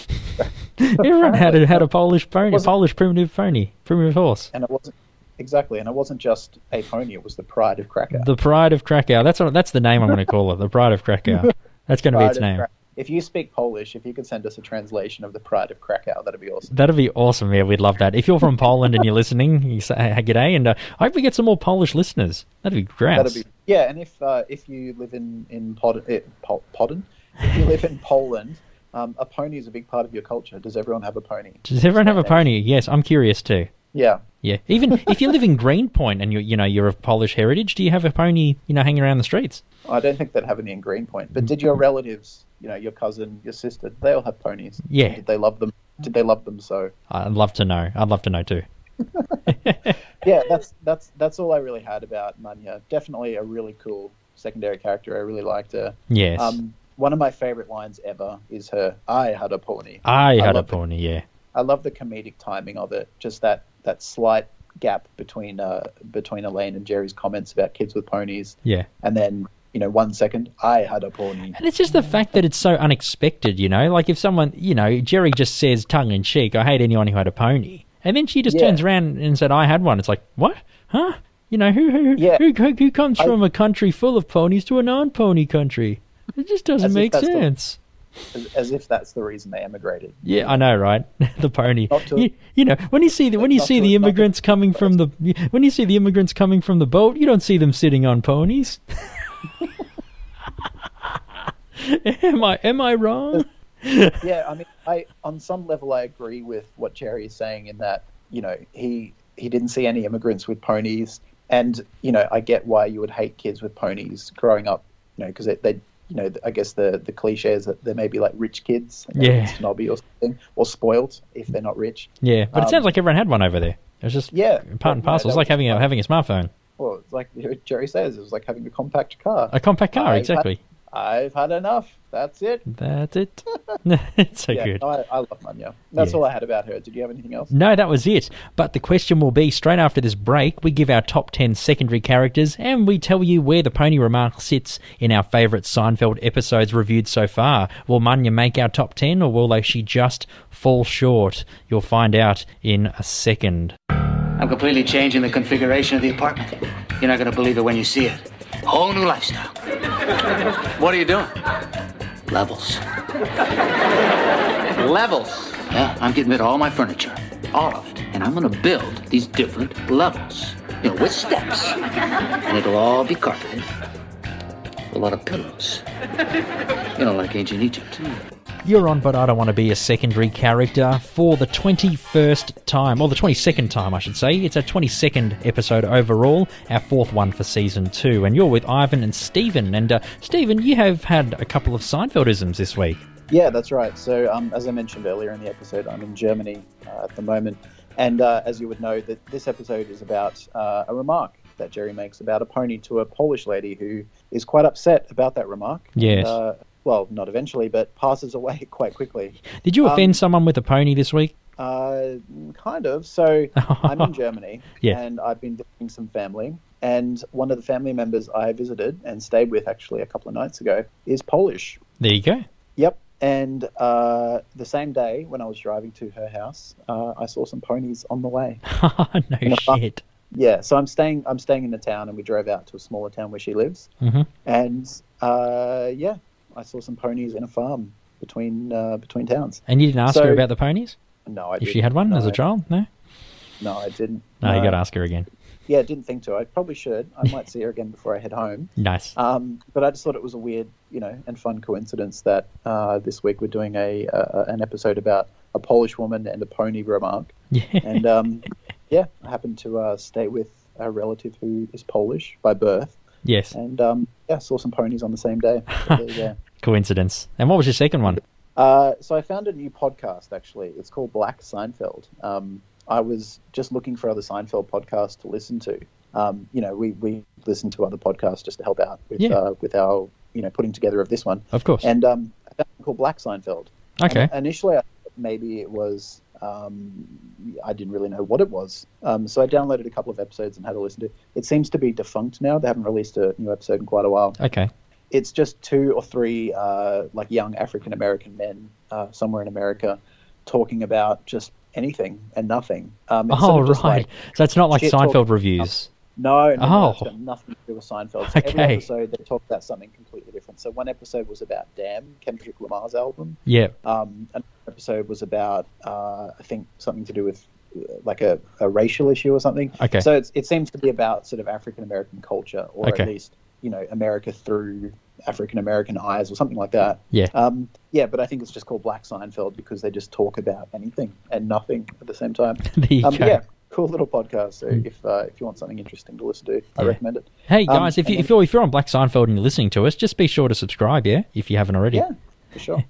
everyone had a, had a Polish pony, a Wasn't- Polish primitive pony, primitive horse. And it wasn't exactly, and it wasn't just a pony; it was the pride of Krakow. The pride of Krakow. That's what, that's the name I'm going to call it. The pride of Krakow. That's going to be Pride its of name. Kra- If you speak Polish, if you could send us a translation of the Pride of Krakow, that'd be awesome. That'd be awesome. Yeah, we'd love that. If you're from Poland and you're listening, you say hey, g'day, and uh, I hope we get some more Polish listeners. That'd be great. That'd be yeah. And if uh, if you live in in Pod, eh, Pol, Podden, if you live in Poland, um, a pony is a big part of your culture. Does everyone have a pony? Does everyone have a pony? Yes, I'm curious too. Yeah. Yeah, even if you live in Greenpoint and you you know you're of Polish heritage, do you have a pony you know hanging around the streets? I don't think they'd have any in Greenpoint. But did your relatives, you know, your cousin, your sister, did they all have ponies? Yeah. Did they love them? Did they love them so? I'd love to know. I'd love to know too. yeah, that's that's that's all I really had about Manya. Definitely a really cool secondary character. I really liked her. Yes, Um, one of my favorite lines ever is her "I had a pony." I had a love the- pony. Yeah, I love the comedic timing of it. Just that that slight gap between uh, between Elaine and Jerry's comments about kids with ponies, yeah. and then you know one second I had a pony. And it's just the fact that it's so unexpected, you know. Like if someone, you know, Jerry just says tongue in cheek, "I hate anyone who had a pony," and then she just Yeah. turns around and said, "I had one." It's like, what? Huh? You know, who who Yeah. who, who, who comes I- from a country full of ponies to a non-pony country? It just doesn't As if make that's the- sense. As, as if that's the reason they emigrated. Yeah, I know, right? the pony. Not to- You, you know, when you see the when you Not to- see the not to- immigrants coming from the when you see the immigrants coming from the boat, you don't see them sitting on ponies. am I am I wrong? yeah, I mean, I on some level I agree with what Jerry is saying in that you know he he didn't see any immigrants with ponies, and you know I get why you would hate kids with ponies growing up, you know, because they, they you know I guess the the cliche is that they may be like rich kids, you know, Yeah. snobby or something, or spoiled if they're not rich. Yeah, but it Um, sounds like everyone had one over there. It was just Yeah, part and but, you know, parcel. It's that like was- having a having a smartphone, Well, it's like Jerry says, it was like having a compact car. a compact car. I've had- exactly. I've had enough. That's it. That's it. it's so yeah, good. no, I, I love Manya. That's Yes. all I had about her. Did you have anything else? No, that was it. But the question will be straight after this break, we give our top 10 secondary characters and we tell you where the pony remark sits in our favourite Seinfeld episodes reviewed so far. Will Munya make our top 10 or will they- she just fall short? You'll find out in a second. I'm completely changing the configuration of the apartment. You're not gonna believe it when you see it. Whole new lifestyle. What are you doing? Levels. Levels. Yeah, I'm getting rid of all my furniture. All of it. And I'm gonna build these different levels. You know, with steps. And it'll all be carpeted. A lot of pillows. You know, like ancient Egypt. You're on, but I don't want to be a secondary character for the 21st time, or the 22nd time, I should say. It's our 22nd episode overall, our fourth one for season two. And you're with Ivan and Stephen. And uh, Stephen, you have had a couple of Seinfeldisms this week. Yeah, that's right. So, um, as I mentioned earlier in the episode, I'm in Germany uh, at the moment, and uh, as you would know, that this episode is about uh, a remark that Jerry makes about a pony to a Polish lady who is quite upset about that remark. Yes. Uh, well, not eventually, but passes away quite quickly. Did you Um, offend someone with a pony this week? Uh, kind of. So I'm in Germany, Yeah. and I've been visiting some family. And one of the family members I visited and stayed with actually a couple of nights ago is Polish. There you go. Yep. And uh, the same day when I was driving to her house, uh, I saw some ponies on the way. no shit. Yeah, so I'm staying. I'm staying in the town, and we drove out to a smaller town where she lives. Mhm. And uh, yeah, I saw some ponies in a farm between uh, between towns. And you didn't ask So- her about the ponies? No, I If didn't. she had one no, as a child? No? No, I didn't. No, you got to ask her again. Yeah, didn't think to. I probably should. I might see her again before I head home. Nice. Um, but I just thought it was a weird, you know, and fun coincidence that uh, this week we're doing a uh, an episode about a Polish woman and a pony remark. yeah. And um, yeah, I happened to uh, stay with a relative who is Polish by birth, Yes. and um, yeah, saw some ponies on the same day. So there you go. Coincidence. And what was your second one? Uh, so I found a new podcast actually. It's called Black Seinfeld. Um, I was just looking for other Seinfeld podcasts to listen to. Um, you know, we, we listen to other podcasts just to help out with Yeah. uh, with our you know putting together of this one. Of course. And um, I found one called Black Seinfeld. Okay. And initially, I thought maybe it was um, I didn't really know what it was. Um, so I downloaded a couple of episodes and had a listen to. It seems to be defunct now. They haven't released a new episode in quite a while okay. it's just two or three uh, like young African American men uh, somewhere in America talking about just anything and nothing. Um, it's Oh, sort of right. just like- so it's not like shit Um, Seinfeld talking. reviews. no, no, no, it's Oh. got nothing to do with Seinfeld. So Every Okay. episode they talk about something completely different. So one episode was about Damn, Kendrick Lamar's album. Yeah. Um, another episode was about uh, I think something to do with uh, like a, a racial issue or something. Okay. So it's, it seems to be about sort of African American culture, or Okay. at least you know America through African American eyes, or something like that. Yeah. Um, yeah, but I think it's just called Black Seinfeld because they just talk about anything and nothing at the same time. There you Um, go. Mm. yeah, cool little podcast. So if uh, if you want something interesting to listen to, I Yeah. recommend it. Hey Um, guys, if, you, and if you're if you're on Black Seinfeld and you're listening to us, just be sure to subscribe. Yeah, if you haven't already, Yeah, for sure.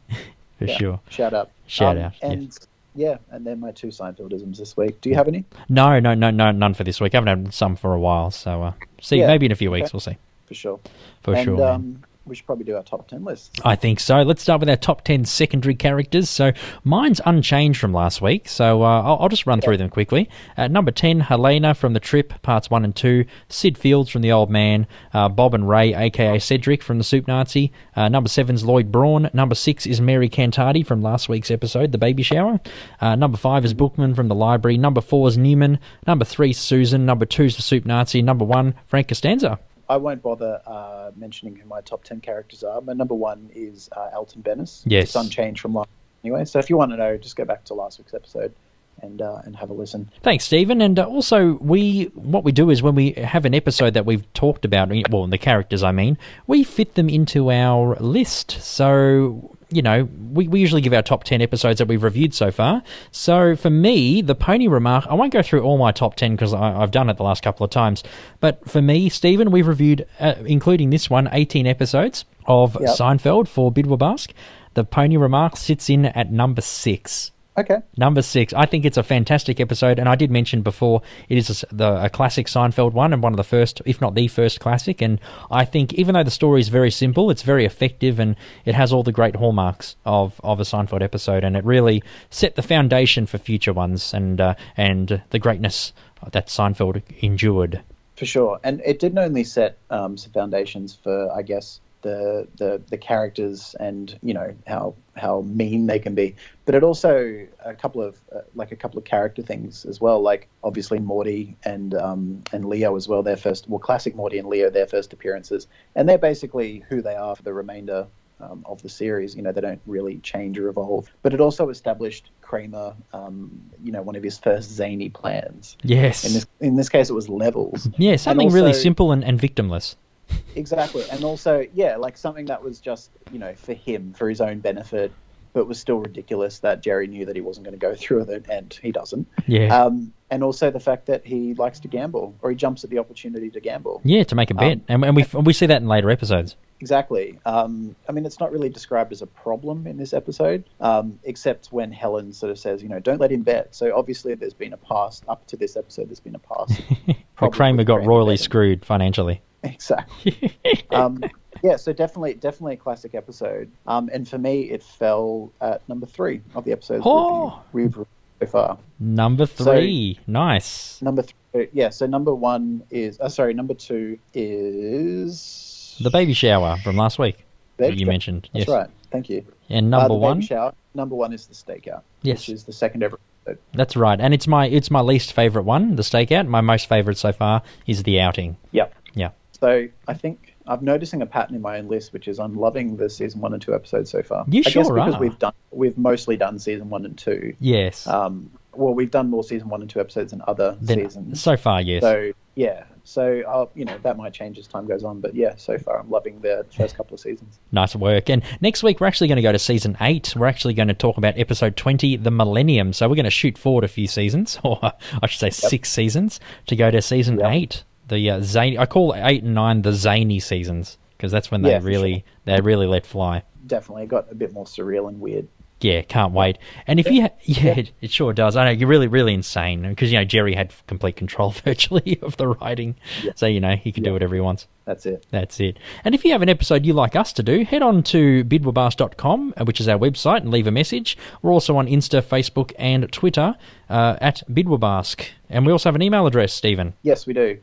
for yeah. sure. Shout out. Um, Shout out, yeah. And yeah, and then my two Seinfeldisms this week. Do you have any? No, no, no, no, none for this week. I haven't had some for a while, so uh, see, Yeah. maybe in a few weeks we'll see. For sure. For and, sure, man. Um, we should probably do our top ten list. I think so. Let's start with our top 10 secondary characters. So mine's unchanged from last week, so uh, I'll, I'll just run through them quickly. At number 10, Helena from The Trip, parts 1 and 2, Sid Fields from The Old Man, uh, Bob and Ray, aka Cedric from The Soup Nazi. Uh, number 7's Lloyd Braun. Number 6 is Mary Cantardi from last week's episode, The Baby Shower. Uh, number 5 is Bookman from The Library. Number 4 is Newman. Number 3 Susan. Number 2 is The Soup Nazi. Number 1, Frank Costanza. I won't bother uh, mentioning who my top 10 characters are. My number one is uh, Elton Bennis. Yes. It's unchanged from last anyway. So if you want to know, just go back to last week's episode and uh, and have a listen. Thanks, Stephen. And uh, also, we what we do is when we have an episode that we've talked about, eh, well, the characters, I mean, we fit them into our list. So you know, we, we usually give our top ten episodes that we've reviewed so far. So for me, the pony remark, I won't go through all my top ten because I've done it the last couple of times. But for me, Stephen, we've reviewed, uh, including this one, eighteen episodes of Yep. Seinfeld for Bidwa Bask. The pony remark sits in at number six. Okay. Number six. I think it's a fantastic episode, and I did mention before it is a, s- the, a classic Seinfeld one and one of the first, if not the first classic. And I think even though the story is very simple, it's very effective and it has all the great hallmarks of, of a Seinfeld episode, and it really set the foundation for future ones and uh, and the greatness that Seinfeld endured. For sure. And it didn't only set um, some foundations for, I guess, the, the, the characters and you know how how mean they can be, but it also a couple of uh, like a couple of character things as well. Like obviously Morty and um, and Leo as well. Their first well classic Morty and Leo their first appearances, and they're basically who they are for the remainder um, of the series. You know, they don't really change or evolve. But it also established Kramer, um, you know, one of his first zany plans. Yes. In this in this case, it was levels. yeah, something really also- simple and, and victimless. Exactly, and also yeah, like something that was just you know for him for his own benefit, but was still ridiculous that Jerry knew that he wasn't going to go through with it, and he doesn't. Yeah. Um, and also the fact that he likes to gamble, or he jumps at the opportunity to gamble. yeah, to make a bet, and, and we and we see that in later episodes. Exactly. Um, I mean, it's not really described as a problem in this episode, um, except when Helen sort of says, you know, don't let him bet. So obviously, there's been a past up to this episode. There's been a past. But problem Kramer with got royally betting. screwed financially. Exactly. um, yeah, so definitely, definitely a classic episode. Um, and for me, it fell at number three of the episodes Oh. we've, reviewed so far. Number So- three, nice. Number three, yeah. So number one is, uh, sorry, number two is The baby shower from last week that Baby you Shower. mentioned. That's yes. right. Thank you. And Uh, number the baby one, shower- number one is the stakeout. Yes. which is the second ever. episode. that's right. And it's my it's my least favorite one, the stakeout. My most favorite so far is the outing. Yep. Yeah. So I think I'm noticing a pattern in my own list, which is I'm loving the season one and two episodes so far. You I guess sure because are. we've done we've mostly done season one and two. Yes. Um, well, we've done more season one and two episodes than other Then- seasons. so far, yes. So yeah, so I'll, you know that might change as time goes on, but yeah, so far I'm loving the first couple of seasons. Nice work. And next week, we're actually going to go to season eight. We're actually going to talk about episode 20, The Millennium. So we're going to shoot forward a few seasons, or I should say six seasons, to go to season Yep. eight. The uh, zany, I call eight and nine the zany seasons because that's when they Yeah, for really they really let fly. Definitely got a bit more surreal and weird. Yeah, can't wait. And if you, ha- yeah, It, it sure does. I know you're really, really insane because you know Jerry had complete control virtually of the writing, so you know he could do whatever he wants. That's it. That's it. And if you have an episode you'd like us to do, head on to bidwabars.com, uh, which is our website, and leave a message. We're also on Insta, Facebook, and Twitter uh, at bidwabask. And we also have an email address, Stephen. Yes, we do.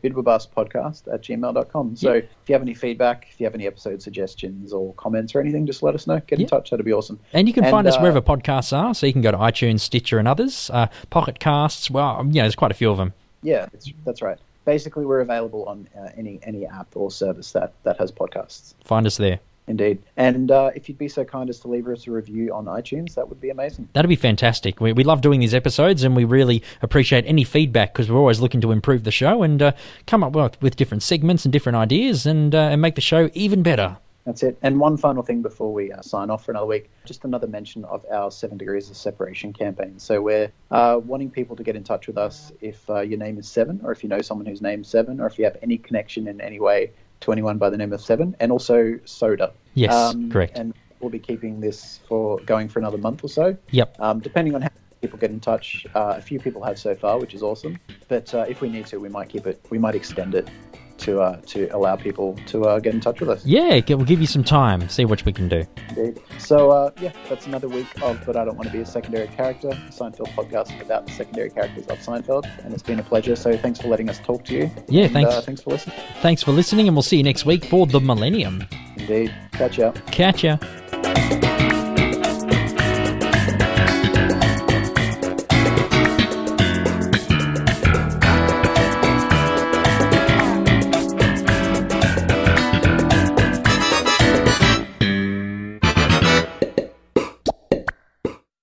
Podcast at gmail.com. So if you have any feedback, if you have any episode suggestions or comments or anything, just let us know. Get in Yeah. touch. That'd be awesome. And you can find us uh, wherever podcasts are, so you can go to iTunes, Stitcher, and others. Uh, Pocket Casts, well, um, you know, there's quite a few of them. Yeah, that's, that's right. Basically, we're available on uh, any any app or service that, that has podcasts. Find us there. Indeed. And uh, if you'd be so kind as to leave us a review on iTunes, that would be amazing. That'd be fantastic. We, we love doing these episodes and we really appreciate any feedback because we're always looking to improve the show and uh, come up with, with different segments and different ideas and, uh, and make the show even better. That's it. And one final thing before we uh, sign off for another week, just another mention of our Seven Degrees of Separation campaign. So we're uh, wanting people to get in touch with us if uh, your name is Seven, or if you know someone whose name's Seven, or if you have any connection in any way to anyone by the name of Seven, and also soda. Um, Yes, correct. And we'll be keeping this for going for another month or so. Yep. Um, depending on how people get in touch, uh, a few people have so far, which is awesome. But uh, if we need to, we might keep it. We might extend it to uh, to allow people to uh, get in touch with us. Yeah, g- we'll give you some time, see what we can do. Indeed. So, uh, yeah, that's another week of But I Don't Want to Be a Secondary Character, a Seinfeld podcast about the secondary characters of Seinfeld. And it's been a pleasure. So, thanks for letting us talk to you. Yeah, And, thanks. Uh, thanks for listening. Thanks for listening, and we'll see you next week for The Millennium. Indeed. Catch you. Catch ya.